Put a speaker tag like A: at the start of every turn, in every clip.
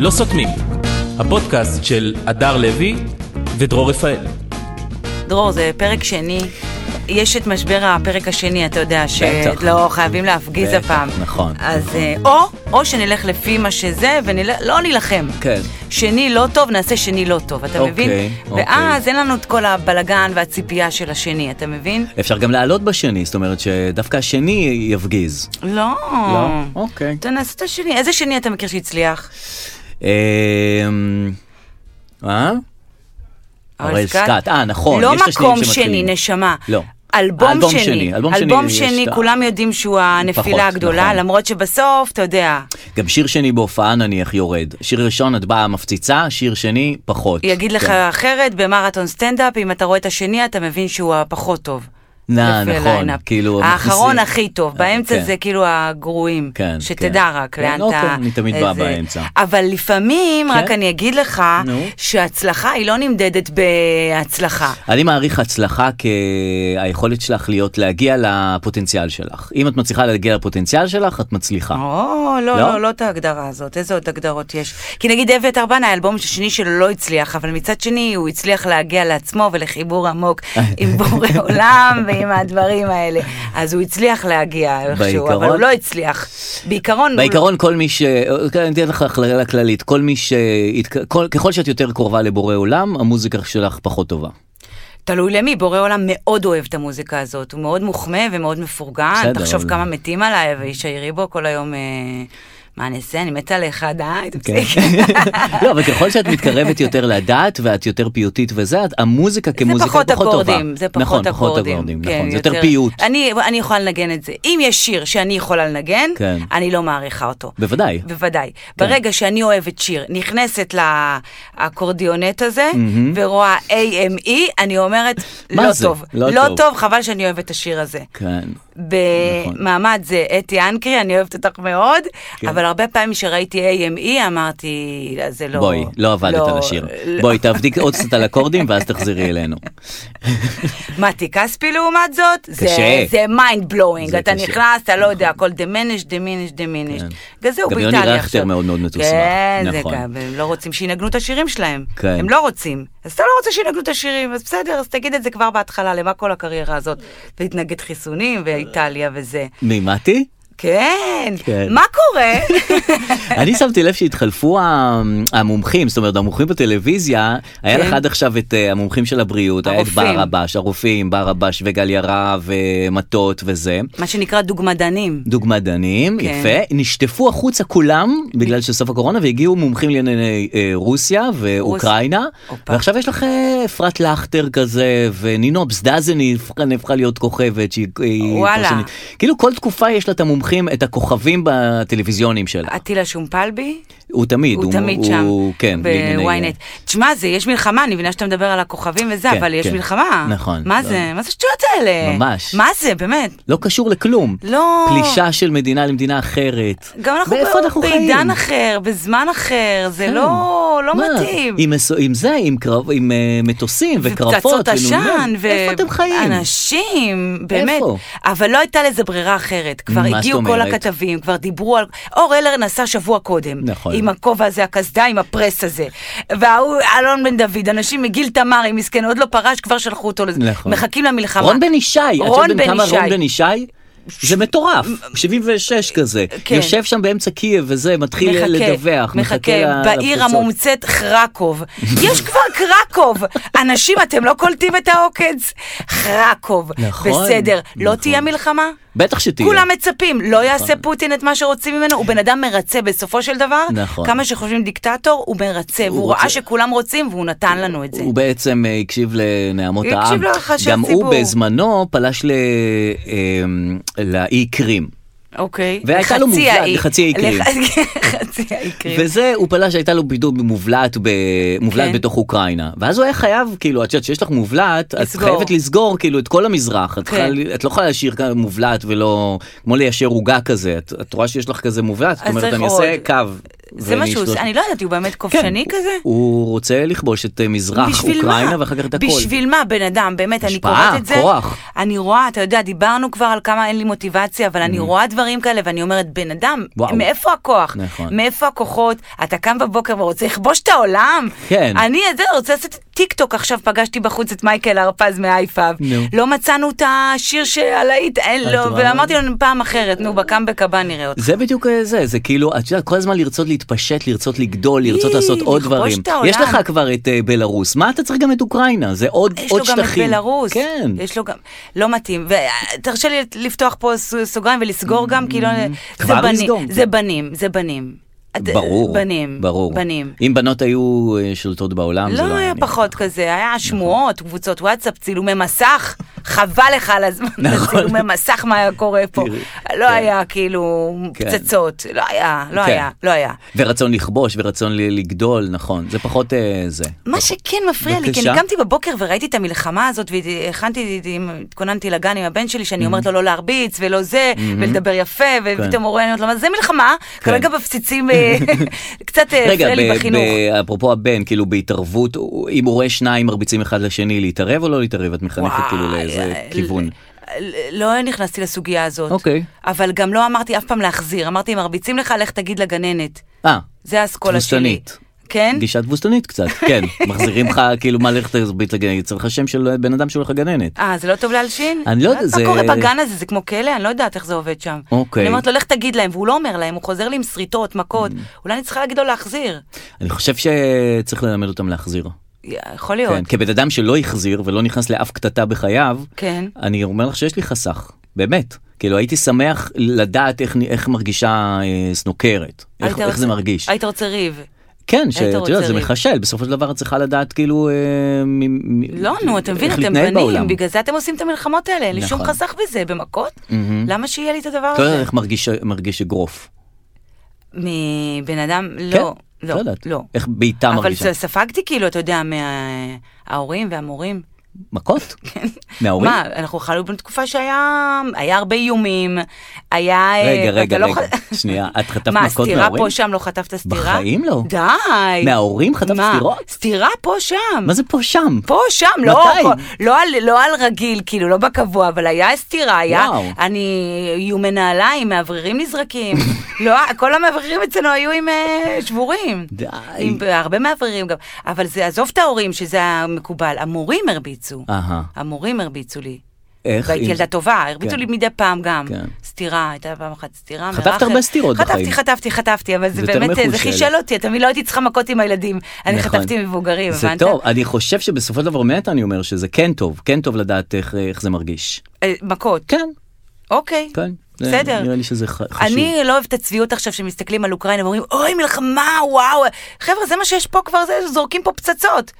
A: לא סותמים, הפודקאסט של הדר לוי ודרור רפאל.
B: דרור, זה פרק שני. יש את משבר הפרק השני, אתה יודע,
C: בטח.
B: שלא חייבים להפגיז
C: בטח,
B: הפעם.
C: נכון.
B: אז אה, או, או שנלך לפי מה שזה, ולא נילחם.
C: כן.
B: שני לא טוב, נעשה שני לא טוב, אתה
C: אוקיי,
B: מבין?
C: אוקיי.
B: ואז אין לנו את כל הבלגן והציפייה של השני, אתה מבין?
C: אפשר גם לעלות בשני, זאת אומרת שדווקא השני יפגיז.
B: לא.
C: לא? אוקיי.
B: אתה נעשה את השני. איזה שני אתה מכיר שהצליח?
C: אמ, אה? הראל סקאט, אה, נכון,
B: לא
C: יש את השניים
B: מקום שני,
C: שמתחילים.
B: נשמה.
C: לא.
B: אלבום
C: אלבום
B: שני,
C: שני, אלבום שני
B: אלבום
C: יש
B: שני,
C: את ה-
B: כולם יודעים שהוא
C: פחות,
B: הנפילה הגדולה,
C: נכון.
B: למרות שבסוף, אתה יודע,
C: גם שיר שני בהופעה נניח יורד. שיר ראשון את באה מפציצה, שיר שני פחות.
B: יגיד לך
C: כן.
B: אחרת במרתון סטנדאפ, אם אתה רואה את השני, אתה מבין שהוא הפחות טוב.
C: נא,
B: לפי
C: נכון,
B: הליינאפ.
C: כאילו,
B: האחרון
C: מכניסים-
B: הכי טוב,
C: אה,
B: באמצע
C: כן.
B: זה כאילו הגרועים.
C: כן,
B: שתדע
C: כן.
B: רק
C: כן,
B: לאן
C: אוקיי,
B: אתה...
C: אני תמיד בא
B: איזה-
C: באמצע.
B: אבל לפעמים,
C: כן?
B: רק אני אגיד לך,
C: נו.
B: שההצלחה היא לא נמדדת בהצלחה.
C: אני מעריך הצלחה כהיכולת שלך להיות, להגיע לפוטנציאל שלך. אם את מצליחה להגיע לפוטנציאל שלך, את מצליחה.
B: או, לא,
C: לא?
B: לא, לא את ההגדרה הזאת, איזה עוד הגדרות יש? כי נגיד אביתר בנה, האלבום השני שלו לא הצליח, אבל מצד שני הוא הצליח להגיע לעצמו ולחיבור עמוק עם בורא עולם ועם הדברים האלה. אז הוא הצליח להגיע איכשהו, אבל
C: בעיקרון-
B: הוא לא הצליח. בעיקרון, הוא לא-
C: בעיקרון כל מי ש... כן, אני אתן לך הכללה כללית, כל מי ש... כל... ככל שאת יותר קרובה לבורא עולם, המוזיקה שלך פחות טובה.
B: תלוי למי, בורא עולם מאוד אוהב את המוזיקה הזאת, הוא מאוד מוחמא ומאוד מפורגן,
C: בסדר,
B: תחשוב
C: אבל-
B: כמה מתים עליי, ואישי ריבו כל היום... אה, מה אני אעשה? אני מתה עליך, די,
C: כן.
B: תפסיק.
C: לא, אבל ככל שאת מתקרבת יותר לדעת ואת יותר פיוטית וזה, את- המוזיקה כמוזיקה היא פחות
B: זה
C: טובה.
B: פחות אקורדים, זה פחות
C: נכון,
B: אקורדים.
C: פחות אקורדים,
B: כן,
C: נכון, זה יותר פיוט.
B: אני, אני יכולה לנגן את זה. אם יש שיר שאני יכולה לנגן,
C: כן.
B: אני לא מעריכה אותו.
C: בוודאי.
B: בוודאי. ברגע שאני אוהבת שיר, נכנסת לאקורדיונט הזה, ורואה AME, אני אומרת,
C: מה
B: לא
C: זה?
B: טוב.
C: לא
B: לא
C: טוב.
B: טוב, חבל שאני אוהבת את השיר הזה.
C: כן.
B: במעמד זה אתי אנקרי, אני אוהבת אותך מאוד,
C: כן.
B: אבל הרבה פעמים שראיתי AME E, אמרתי, "לא, זה לא...
C: בואי, לא עבדת על השיר.
B: לא."
C: בואי, תעבדי עוד קצת על אקורדים ואז תחזרי אלינו.
B: מתי כספי לעומת זאת, זה-
C: קשה.
B: זה מיינד בלואינג,
C: זה
B: אתה
C: קשה. נכון. כן.
B: נכנס, אתה לא יודע, הכל דמניש, דמניש, דמניש. בגלל זה הוא
C: גם
B: באיטליה
C: יוני
B: עכשיו.
C: רכטר מאוד מאוד מתוסבך,
B: כן, זה
C: נכון.
B: גם, הם לא רוצים שינגנו את השירים שלהם.
C: כן.
B: הם לא רוצים. אז אתה לא רוצה שינגנו את השירים, אז בסדר, אז תגיד את זה כבר בהתחלה, למה כל הקריירה הזאת? להתנגד חיסונים ואיטליה וזה.
C: מימתי?
B: כן,
C: כן.
B: מה קורה?
C: אני שמתי לב שהתחלפו ה- המומחים, זאת אומרת המומחים בטלוויזיה, היה
B: כן.
C: לך עד עכשיו את אה, המומחים של הבריאות, היה את
B: הרופאים.
C: ברבש, הרופאים, ברבש וגל ירב ומטות וזה.
B: מה שנקרא דוגמדנים.
C: דוגמדנים,
B: כן.
C: יפה, נשטפו החוצה כולם בגלל שסוף הקורונה והגיעו מומחים לענייני אה, רוסיה ואוקראינה,
B: הופה.
C: ועכשיו יש לך אה, אפרת לכטר כזה ונינו אבסדזני הפכה- נהפכה להיות כוכבת שהיא אה, היא
B: וואלה.
C: פרשנית. כאילו כל תקופה יש לה את המומחים, את הכוכבים בטלוויזיונים שלה,
B: אטילה שומפלבי?
C: הוא תמיד,
B: הוא תמיד שם,
C: הוא- כן, בענייני-
B: ב-ynet. תשמע, זה, יש מלחמה, אני מבינה שאתה מדבר על הכוכבים וזה,
C: כן,
B: אבל יש
C: כן.
B: מלחמה.
C: נכון.
B: מה
C: לא.
B: זה? מה זה השטויות האלה?
C: ממש.
B: מה זה, באמת?
C: לא קשור לכלום,
B: לא.
C: פלישה של מדינה למדינה אחרת,
B: גם אנחנו
C: ואיפה אנחנו
B: בעידן
C: חיים? כן. אחר.
B: אחר, בזמן אחר, זה לא, לא מתאים.
C: עם, מס- עם זה, עם, קרב, עם אה, מטוסים וקרבות,
B: ופצצות עשן,
C: ונ"מ. איפה אתם חיים?
B: אנשים, באמת.
C: איפה?
B: אבל לא הייתה לזה ברירה אחרת. כבר
C: מה זאת
B: הגיעו כל
C: אומרת?
B: הכתבים, כבר דיברו על... אור אלר נסע שבוע קודם.
C: נכון.
B: עם הכובע הזה, הקסדה, עם הפרס הזה. וההוא, אלון בן דוד, אנשים מגיל תמרי, מסכן, עוד לא פרש, כבר שלחו אותו לזה.
C: נכון.
B: מחכים למלחמה.
C: רון בן ישי, את יודעת
B: רון
C: בן
B: בן
C: כמה
B: ישי.
C: רון בן ישי? זה מטורף, 76 כזה,
B: כן.
C: יושב שם באמצע קייב וזה, מתחיל
B: מחכה,
C: לדווח,
B: מחכה,
C: ל-
B: בעיר
C: לפצצות.
B: המומצאת חרקוב. יש כבר קרקוב. אנשים, אתם לא קולטים את העוקץ? חרקוב.
C: נכון,
B: בסדר. לא
C: נכון.
B: תהיה מלחמה?
C: בטח שתהיה.
B: כולם מצפים, לא
C: נכון.
B: יעשה פוטין את מה שרוצים ממנו, הוא בן אדם מרצה בסופו של דבר,
C: נכון.
B: כמה שחושבים דיקטטור, הוא מרצה, והוא
C: רוצה-
B: ראה שכולם רוצים והוא נתן לנו את זה.
C: הוא בעצם אה, הקשיב לנעמות
B: כן. הקשיב
C: העם.
B: לרחשי
C: גם
B: הציבור.
C: הוא בזמנו פלש ל- אמ, לאי קרים.
B: אוקיי.
C: והייתה לו
B: לחצי
C: מובלעת,
B: האי.
C: לחצי האי קרים.
B: לח- חצי האי קרים.
C: וזה, הוא פלש שהייתה לו בידוד מובלעת, ב... מובלעת
B: כן.
C: בתוך אוקראינה. ואז הוא היה חייב, כאילו, את יודעת שיש לך מובלעת, את
B: לסגור.
C: חייבת לסגור, כאילו, את כל המזרח. את,
B: כן.
C: חייב, את לא יכולה להשאיר כאן מובלעת ולא... כמו ליישר עוגה כזה. את, את רואה שיש לך כזה מובלעת, זאת
B: אז
C: אומרת,
B: צריך
C: אני
B: עוד.
C: אעשה קו.
B: זה מה שהוא
C: ולהשתוש-
B: עושה, אני לא יודעת, הוא
C: כן.
B: באמת כובשני
C: הוא-
B: כזה?
C: הוא רוצה לכבוש את אה, מזרח
B: בשביל
C: אוקראינה
B: מה?
C: ואחר כך את הכל.
B: בשביל מה, בן אדם, באמת, אני
C: השפעה,
B: קוראת את זה.
C: כוח.
B: אני רואה, אתה יודע, דיברנו כבר על כמה אין לי מוטיבציה, אבל אני רואה דברים כאלה ואני אומרת, בן אדם,
C: Mm. וואו.
B: מאיפה הכוח?
C: נכון.
B: מאיפה הכוחות? אתה קם בבוקר ורוצה לכבוש את העולם?
C: כן.
B: אני את זה רוצה לעשות טיק טוק עכשיו, פגשתי בחוץ את מייקל הרפז מהאייפאב.
C: נו.
B: לא מצאנו את השיר שהלהיט, אין לו,
C: את רואה?
B: ואמרתי לו פעם אחרת, נו, בקאמבק הבא נראה אותך.
C: זה בדיוק אה, זה, זה כאילו, את יודעת, כל הזמן לרצות להתפשט, לרצות לגדול, לרצות
B: אי,
C: לעשות עוד
B: לכבוש
C: דברים.
B: את העולם.
C: יש לך כבר את אה, בלארוס, מה אתה צריך גם את אוקראינה? זה עוד
B: יש
C: עוד
B: לו גם את
C: שטחים.
B: בלרוס,
C: כן.
B: יש לו גם, לא מתאים, ותרשה לי לפתוח פה ס- סוגריים ולסגור גם, כי לא,
C: Mm-hmm. כבר
B: זה בני-
C: לסגור.
B: זה בנים, זה בנים. את-
C: ברור,
B: אה, בנים,
C: ברור.
B: בנים.
C: אם בנות היו אה, שולטות בעולם, זה לא
B: לא היה
C: נראה. נכון.
B: פחות כזה, היה שמועות, קבוצות וואטסאפ, צילומי מסך, חבל לך על הזמן,
C: נכון.
B: צילומי מסך מה היה קורה פה,
C: תראי,
B: לא
C: כן.
B: היה כאילו
C: כן.
B: פצצות, לא היה, לא
C: כן.
B: היה, לא היה.
C: ורצון לכבוש, ורצון ל- לגדול, נכון, זה פחות אה, זה.
B: מה שכן מפריע לי, כי
C: בבקשה.
B: אני קמתי בבוקר וראיתי את המלחמה הזאת, והכנתי, התכוננתי לגן עם הבן שלי, שאני
C: Mhm.
B: אומרת לו לא להרביץ, ולא זה, ולדבר יפה,
C: כן.
B: ופתאום הוא רואה, אני אומרת לו, מה זה מלחמה? כרגע מפציצים, אה, קצת אה,
C: רגע,
B: הפריע לי
C: ב-
B: בחינוך.
C: ב- אפרופו הבן, כאילו בהתערבות, הוא- אם הוא רואה שניים מרביצים אחד לשני, להתערב או לא להתערב? את מחנכת
B: וואי,
C: כאילו לאיזה
B: אה,
C: כיוון.
B: ל- לא נכנסתי לסוגיה הזאת,
C: אוקיי.
B: אבל גם לא אמרתי אף פעם להחזיר, אמרתי, אם מרביצים לך, לך תגיד לגננת.
C: אה,
B: זה האסכולה שלי.
C: תבוסתנית.
B: כן?
C: גישה תבוסתנית קצת, כן. מחזירים לך, כאילו, מה לך תרבית לגננת? צריך לך שם של בן אדם שהולך לגננת.
B: אה, זה לא טוב להלשין?
C: אני לא יודע,
B: מה
C: זה-
B: קורה בגן הזה? זה כמו כלא? אני לא יודעת איך זה עובד שם.
C: אוקיי. Mm.
B: אני אומרת לו, לך תגיד להם, והוא לא אומר להם, הוא חוזר לי עם שריטות, מכות. אולי אני צריכה להגיד לו להחזיר.
C: אני חושב שצריך ללמד אותם להחזיר.
B: יכול להיות.
C: כן, כבן אדם שלא החזיר ולא נכנס לאף קטטה בחייו,
B: כן.
C: אני אומר לך שיש לי חסך, באמת. כאילו הייתי שמח לדעת איך, איך מרגישה אה, סנוקרת,
B: היית
C: איך, איך
B: רוצה-
C: זה מרגיש.
B: היית רוצה ריב.
C: כן, שאת
B: רוצה
C: יודעת, זה
B: ריב.
C: מחשל, בסופו של דבר את צריכה לדעת כאילו... אה, מ, מ,
B: לא, נו, אתה מבין,
C: איך
B: אתם
C: להתנהל
B: בנים,
C: בעולם.
B: בגלל זה אתם עושים את המלחמות האלה, אין לי שום
C: נכון. Mm.
B: חסך בזה, במכות?
C: מהמם.
B: למה שיהיה לי את הדבר
C: אתה לא
B: הזה?
C: יודעת איך מרגיש, מרגיש אגרוף.
B: מבן אדם, לא,
C: כן, לא
B: לא,
C: יודעת.
B: לא.
C: איך בעיטה
B: אבל
C: מרגישה.
B: ספגתי כאילו, אתה יודע, מההורים והמורים.
C: מכות? מההורים?
B: כן. מה, אנחנו חיינו בתקופה שהיה היה הרבה איומים, היה... אה,
C: רגע,
B: אתה
C: רגע,
B: לא
C: רגע.
B: ח-
C: שנייה, את חטפת
B: מה,
C: מכות
B: סטירה
C: מההורים?
B: פה שם לא חטפת סטירה?
C: בחיים לא.
B: די.
C: מההורים חטפת
B: מה,
C: סטירות?
B: סטירה פה שם.
C: מה זה פה שם?
B: פה שם, לא,
C: מתי?
B: פה, לא, על, לא על רגיל, כאילו, לא בקבוע, אבל היה סטירה, היה,
C: וואו.
B: אני, היו מנעליים, מאווררים נזרקים, לא, כל המאווררים אצלנו היו עם אה, שבורים.
C: די.
B: עם הרבה מאווררים גם, אבל זה, עזוב את ההורים, שזה המקובל, המורים הרביצו,
C: אהה.
B: המורים הרביצו לי.
C: איך?
B: והייתי
C: אם-
B: ילדה טובה, הרביצו
C: כן.
B: לי מדי פעם גם.
C: כן.
B: סטירה, הייתה פעם אחת סטירה.
C: חטפת
B: מרחת.
C: הרבה סטירות בחיים.
B: חטפתי, חטפתי, חטפתי, אבל זה
C: יותר
B: באמת,
C: מחושל.
B: זה חישל אותי, תמיד לא הייתי צריכה מכות עם הילדים. אני
C: נכון.
B: חטפתי מבוגרים,
C: זה
B: הבנת?
C: טוב, אני חושב שבסופו של דבר באמת אני אומר שזה כן טוב, כן טוב לדעת איך, איך זה מרגיש.
B: אה, מכות,
C: כן,
B: אוקיי.
C: כן. זה-
B: בסדר.
C: נראה לי שזה ח- חשוב.
B: אני לא אוהבת את הצביעות עכשיו שמסתכלים על אוקראינה ואומרים, אוי, מלחמה, וואו. חבר'ה, זה מה שיש פה כבר, זה, זורקים פה פצצות.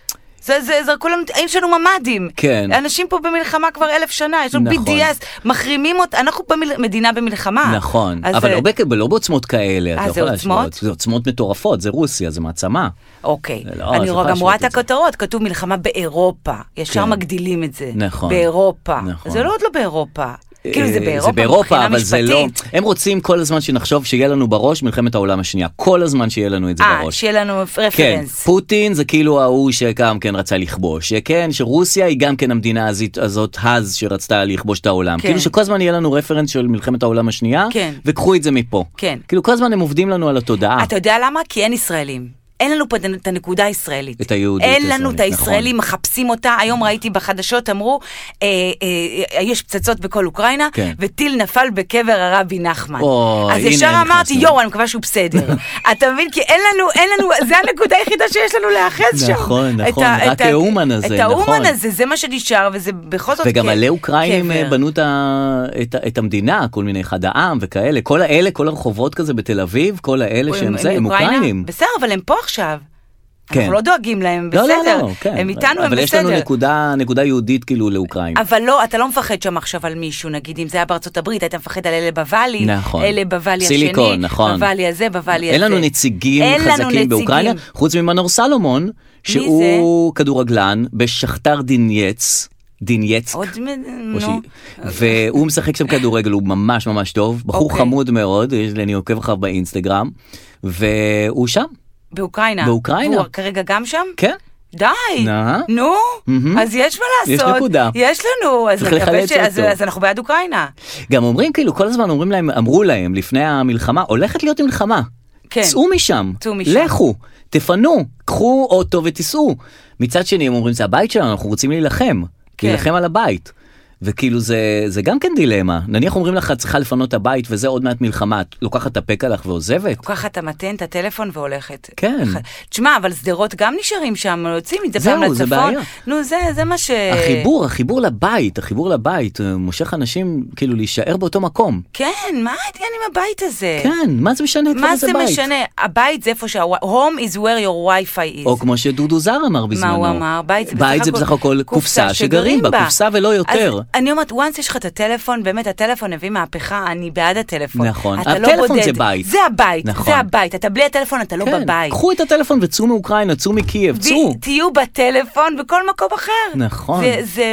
B: זה, זה, זרקו לנו, יש לנו ממ"דים.
C: כן.
B: אנשים פה במלחמה כבר אלף שנה, יש לנו
C: נכון.
B: BDS, מחרימים אותה, אנחנו במל... מדינה במלחמה.
C: נכון,
B: אז,
C: אבל
B: אה,
C: לא, בכ... לא בעוצמות כאלה, אתה
B: אה,
C: לא
B: זה
C: יכול
B: עוצמות?
C: להשוות. זה עוצמות מטורפות, זה רוסיה, זה מעצמה.
B: אוקיי,
C: לא, את
B: אני
C: לא
B: רואה-
C: יכולה
B: גם רואה את
C: להשוות את זה.
B: הכותרות, כתוב מלחמה באירופה, ישר
C: כן.
B: מגדילים את זה.
C: נכון.
B: באירופה.
C: נכון.
B: זה לא עוד לא באירופה. כאילו זה
C: אה,
B: באירופה,
C: זה באירופה,
B: מבחינה
C: אבל זה לא...
B: משפטית.
C: הם רוצים כל הזמן שנחשוב שיהיה לנו בראש מלחמת העולם השנייה. כל הזמן שיהיה לנו את זה
B: אה,
C: בראש.
B: שיהיה לנו
C: כן,
B: רפרנס.
C: פוטין זה כאילו ההוא שגם כן רצה לכבוש, כן, שרוסיה היא גם כן המדינה הזאת, הזאת הז שרצתה לכבוש את העולם,
B: כן.
C: כאילו שכל הזמן יהיה לנו רפרנס של מלחמת העולם השנייה,
B: כן.
C: וקחו את זה מפה,
B: כן.
C: כאילו כל הזמן הם עובדים לנו על התודעה,
B: אתה יודע למה? כי אין ישראלים. אין לנו פה את הנקודה הישראלית.
C: את היהודית
B: אין לנו את
C: הישראלית, נכון.
B: הישראלים, מחפשים אותה. היום ראיתי בחדשות, אמרו, אה, אה, אה, יש פצצות בכל אוקראינה,
C: כן.
B: וטיל נפל בקבר הרבי נחמן.
C: אוי,
B: אז
C: הנה
B: ישר
C: נכנסנו.
B: אמרתי, יואו, אני מקווה שהוא בסדר. אתה מבין? כי אין לנו, אין לנו, זה הנקודה היחידה שיש לנו להיאחז שם.
C: נכון,
B: את
C: נכון,
B: ה-
C: רק
B: את ה-
C: האומן הזה,
B: את האומן
C: נכון.
B: הזה, זה מה שנשאר, וזה בכל זאת
C: וגם
B: כ-
C: עלי אוקראינים אה,
B: קבר.
C: בנו את, ה... את, ה- את המדינה, כל מיני אחד העם וכאלה, כל האלה, כל הרחובות כזה בתל אביב, כל האלה שהם זה, הם
B: מאוקראינה?
C: אוקראינים.
B: בסדר, אבל הם פה עכשיו.
C: כן.
B: אנחנו לא דואגים להם,
C: לא,
B: בסדר.
C: לא, לא, כן.
B: הם איתנו, הם
C: אבל יש לנו
B: בסדר.
C: נקודה, נקודה יהודית כאילו לאוקראינה.
B: אבל לא, אתה לא מפחד שם עכשיו על מישהו, נגיד אם זה היה בארצות הברית, היית מפחד על אלה בוואלי,
C: נכון.
B: אלה בוואלי השני,
C: סיליקון, נכון.
B: בוואלי הזה, בוואלי הזה.
C: אין לנו נציגים
B: אין לנו
C: חזקים
B: נציגים.
C: באוקראינה, חוץ ממנור סלומון, שהוא כדורגלן בשכתר דינייץ. דין יצק.
B: עוד מ...
C: או
B: נו.
C: שהיא- והוא משחק שם כדורגל, הוא ממש ממש טוב, בחור
B: אוקיי.
C: חמוד מאוד, יש לי- אני עוקב אחריו באינסטגרם, והוא שם,
B: באוקראינה.
C: באוקראינה.
B: והוא כרגע גם שם?
C: כן.
B: די,
C: נה.
B: נו,
C: מהמם.
B: אז יש מה
C: יש
B: לעשות,
C: נקודה.
B: יש לנו, אז
C: צריך
B: נקווה
C: לחלץ
B: ש... אז
C: אותו.
B: אז אנחנו בעד אוקראינה,
C: גם אומרים כאילו, כל הזמן אומרים להם, אמרו להם לפני המלחמה, הולכת להיות מלחמה.
B: כן.
C: צאו משם,
B: צאו משם.
C: לכו, תפנו, קחו אוטו ותיסעו. מצד שני הם אומרים זה הבית שלנו, אנחנו רוצים להילחם,
B: כן.
C: להילחם על הבית. וכאילו זה, זה גם כן דילמה, נניח אומרים לך צריכה לפנות את הבית וזה עוד מעט מלחמה, את לוקחת את הפק עליך ועוזבת?
B: לוקחת את המתן, את הטלפון והולכת.
C: כן.
B: ח- תשמע, אבל שדרות גם נשארים שם, לא יוצאים מדי
C: זהו,
B: פעם לצפון.
C: זה בעיה.
B: נו, זה, זה מה ש...
C: החיבור, החיבור לבית, החיבור לבית, אה, מושך אנשים כאילו להישאר באותו מקום.
B: כן, מה העניין עם הבית הזה?
C: כן, מה זה משנה כבר
B: מה
C: איזה
B: זה
C: בית?
B: משנה? הבית זה איפה שה... home is where your wifi is.
C: או כמו שדודו זר אמר בזמנו.
B: הוא אמר? בית זה בסך
C: בית זה
B: הכל
C: בסך הכל קופסה שגרים בה, קופסה ולא יותר.
B: אז לא אני אומרת, once יש לך את הטלפון, באמת הטלפון הביא מהפכה, אני בעד הטלפון.
C: נכון.
B: אתה לא
C: הטלפון
B: בודד.
C: זה בית.
B: זה הבית,
C: נכון.
B: זה הבית. אתה בלי הטלפון, אתה לא
C: כן,
B: בבית.
C: קחו את הטלפון וצאו מאוקראינה, צאו מקייב,
B: ב-
C: צאו.
B: תהיו בטלפון בכל מקום אחר.
C: נכון.
B: זה- זה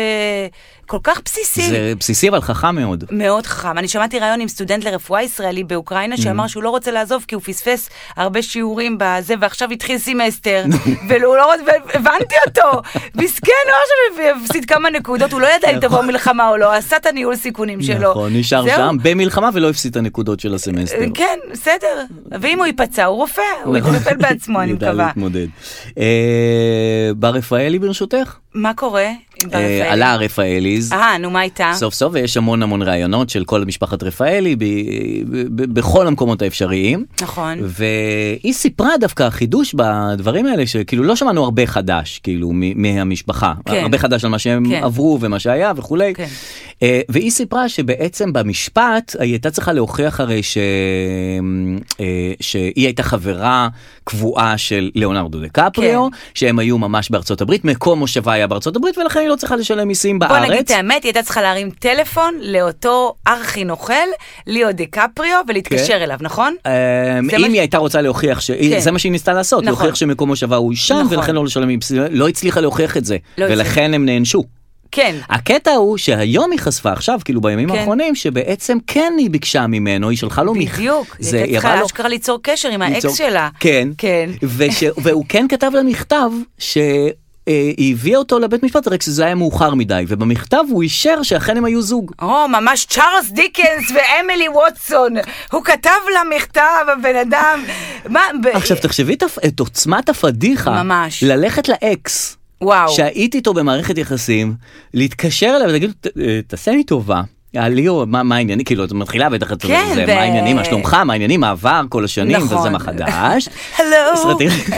B: כל כך בסיסי.
C: זה בסיסי אבל חכם מאוד.
B: מאוד חכם. אני שמעתי ראיון עם סטודנט לרפואה ישראלי באוקראינה,
C: Mm.
B: שאמר שהוא לא רוצה לעזוב כי הוא פספס הרבה שיעורים בזה, ועכשיו התחיל סמסטר, והוא לא רוצה, והבנתי אותו, מסכן, הוא עכשיו הפסיד כמה נקודות, הוא לא ידע אם תבוא מלחמה או לא, עשה את הניהול סיכונים שלו.
C: נכון, נשאר
B: זהו.
C: שם במלחמה ולא הפסיד את הנקודות של הסמסטר.
B: כן, בסדר. ואם הוא ייפצע, הוא רופא, הוא
C: נכון.
B: יטפל בעצמו, אני
C: ידע
B: מקווה.
C: להתמודד. אה, בר רפאלי ברשותך?
B: מה קורה? עם בר
C: אה,
B: רפאל?
C: עלה רפאליז.
B: אה, נו, מה איתה?
C: סוף סוף ויש המון המון ראיונות של כל משפחת רפאלי ב- ב- ב- בכל המקומות האפשריים.
B: נכון.
C: והיא סיפרה דווקא חידוש בדברים האלה שכאילו לא שמענו הרבה חדש כאילו מ- מהמשפחה
B: כן.
C: הרבה חדש על מה שהם
B: כן.
C: עברו ומה שהיה וכולי
B: כן.
C: אה, והיא סיפרה שבעצם במשפט היא הייתה צריכה להוכיח הרי ש... אה, שהיא הייתה חברה קבועה של ליאונרדו דקפריו
B: כן.
C: שהם היו ממש בארצות הברית מקום מושבה היה בארצות הברית ולכן היא לא צריכה לשלם מיסים בארץ.
B: בוא נגיד את האמת, היא הייתה צריכה להרים טלפון לאותו ארכי נוכל, ליאו דיקפריו, ולהתקשר
C: כן.
B: אליו, נכון?
C: אמ,
B: זה
C: אם
B: מה ש-
C: היא הייתה רוצה להוכיח ש...
B: כן.
C: זה מה שהיא ניסתה לעשות,
B: נכון.
C: להוכיח שמקום מושבה הוא שם
B: נכון.
C: ולכן לא לשלם, מיסים. לא הצליחה להוכיח את זה,
B: לא הצליחה.
C: ולכן הם נענשו.
B: כן.
C: הקטע הוא שהיום היא חשפה עכשיו, כאילו בימים
B: כן.
C: האחרונים, שבעצם כן היא ביקשה ממנו, היא שלחה לו מיך.
B: בדיוק,
C: זה-
B: היא הייתה צריכה
C: אמרה לו-
B: אשכרה ליצור קשר עם האקס
C: ליצור-
B: שלה.
C: כן.
B: כן.
C: וש... והוא כן כתב לה מכתב ש... אה, היא הביאה אותו לבית משפט רק שזה היה מאוחר מדי ובמכתב הוא אישר שאכן הם היו זוג.
B: או, ממש צ'ארלס דיקנס ואמילי ווטסון. הוא כתב לה מכתב, הבן אדם. מה, ב-
C: עכשיו תחשבי את ה- את עוצמת הפדיחה.
B: אה, ממש.
C: ללכת לאקס.
B: וואו.
C: שהיית איתו במערכת יחסים, להתקשר אליו ולהגיד, "ת- אה, תעשה לי טובה. אה, ליאור, מה מה העניינים? כאילו, את מתחילה בטח, את
B: כן,
C: זה,
B: ו-
C: מה העניינים, מה שלומך, מה העניינים, העבר, כל השנים,
B: נכון.
C: וזה מה חדש.
B: Hello.
C: סרטים.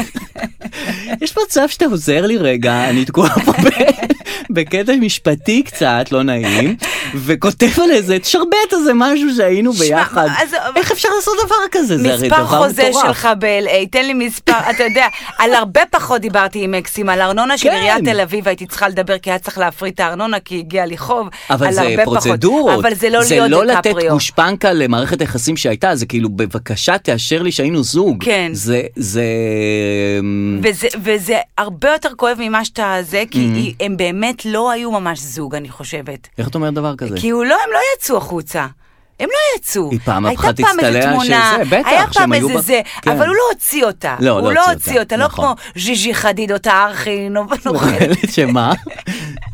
C: יש מצב שאתה עוזר לי רגע, אני תקועה פה ב- בקטע משפטי קצת, לא נעים, וכותב על איזה, תשרבט איזה משהו שהיינו ביחד.
B: אז-
C: איך אפשר לעשות דבר כזה? זה הרי
B: מספר
C: דבר
B: חוזה
C: מטורף.
B: שלך ב-LA, תן לי מספר, אתה יודע, על הרבה פחות דיברתי עם אקסים, על ארנונה של
C: כן.
B: עיריית תל אביב הייתי צריכה לדבר כי היה צריך להפריט את הארנונה כי הגיע לי חוב,
C: אבל
B: על
C: זה
B: הרבה פחות.
C: פרוצדורות,
B: אבל זה לא
C: זה
B: להיות
C: לא לתת
B: דיקפריו.
C: גושפנקה למערכת היחסים שהייתה, זה כאילו בבקשה תאשר לי שהיינו זוג.
B: כן.
C: זה, זה... אמ,
B: וזה, וזה הרבה יותר כואב ממה שאתה זה, כי
C: Mm-hmm.
B: היא- הם באמת לא היו ממש זוג, אני חושבת.
C: איך את אומרת דבר כזה?
B: כי הוא לא, הם לא יצאו החוצה. הם לא יצאו.
C: היא פעם
B: הייתה
C: אחת
B: פעם איזה
C: הצטלע
B: תמונה,
C: שזה, בטח,
B: היה
C: שהם
B: פעם
C: היו
B: איזה
C: ב-
B: זה,
C: כן.
B: אבל הוא לא הוציא אותה.
C: לא,
B: הוא לא הוציא אותה, לא
C: נכון.
B: כמו ז'יז'י חדיד, אותה ארכי נובל.
C: אוכלת שמה?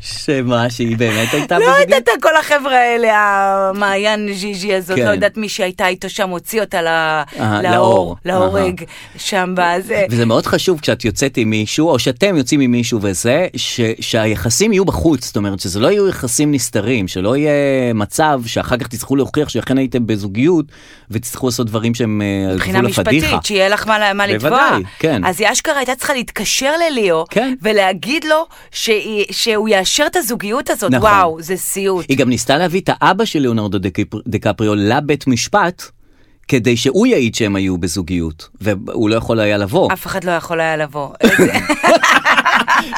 C: שמה שהיא באמת הייתה
B: לא
C: בזוגיות?
B: יודעת, כל החבר'ה האלה, המעיין ז'יז'י הזאת,
C: כן.
B: לא יודעת מי שהייתה איתו שם, הוציא אותה ל-
C: אה, לאור.
B: לאור, להורג, שם אה, בזה.
C: וזה מאוד חשוב כשאת יוצאת עם מישהו, או שאתם יוצאים עם מישהו וזה, ש, שהיחסים יהיו בחוץ, זאת אומרת שזה לא יהיו יחסים נסתרים, שלא יהיה מצב שאחר כך תצטרכו להוכיח שאכן הייתם בזוגיות, ותצטרכו לעשות דברים שהם אה, על
B: מבחינה
C: גבול הפדיחה.
B: משפטית, שיהיה לך מה, מה לתבוע.
C: בוודאי, כן.
B: אז היא אשכרה הייתה צריכה להתקשר לליאו,
C: כן.
B: ולהגיד לו שהיא, שהוא יאשר את הזוגיות הזאת.
C: נכון.
B: וואו, זה סיוט.
C: היא גם ניסתה להביא את האבא של ליאונרדו דקפר- דקפריו לבית משפט, כדי שהוא יעיד שהם היו בזוגיות, והוא לא יכול היה לבוא.
B: אף אחד לא יכול היה לבוא. איזה-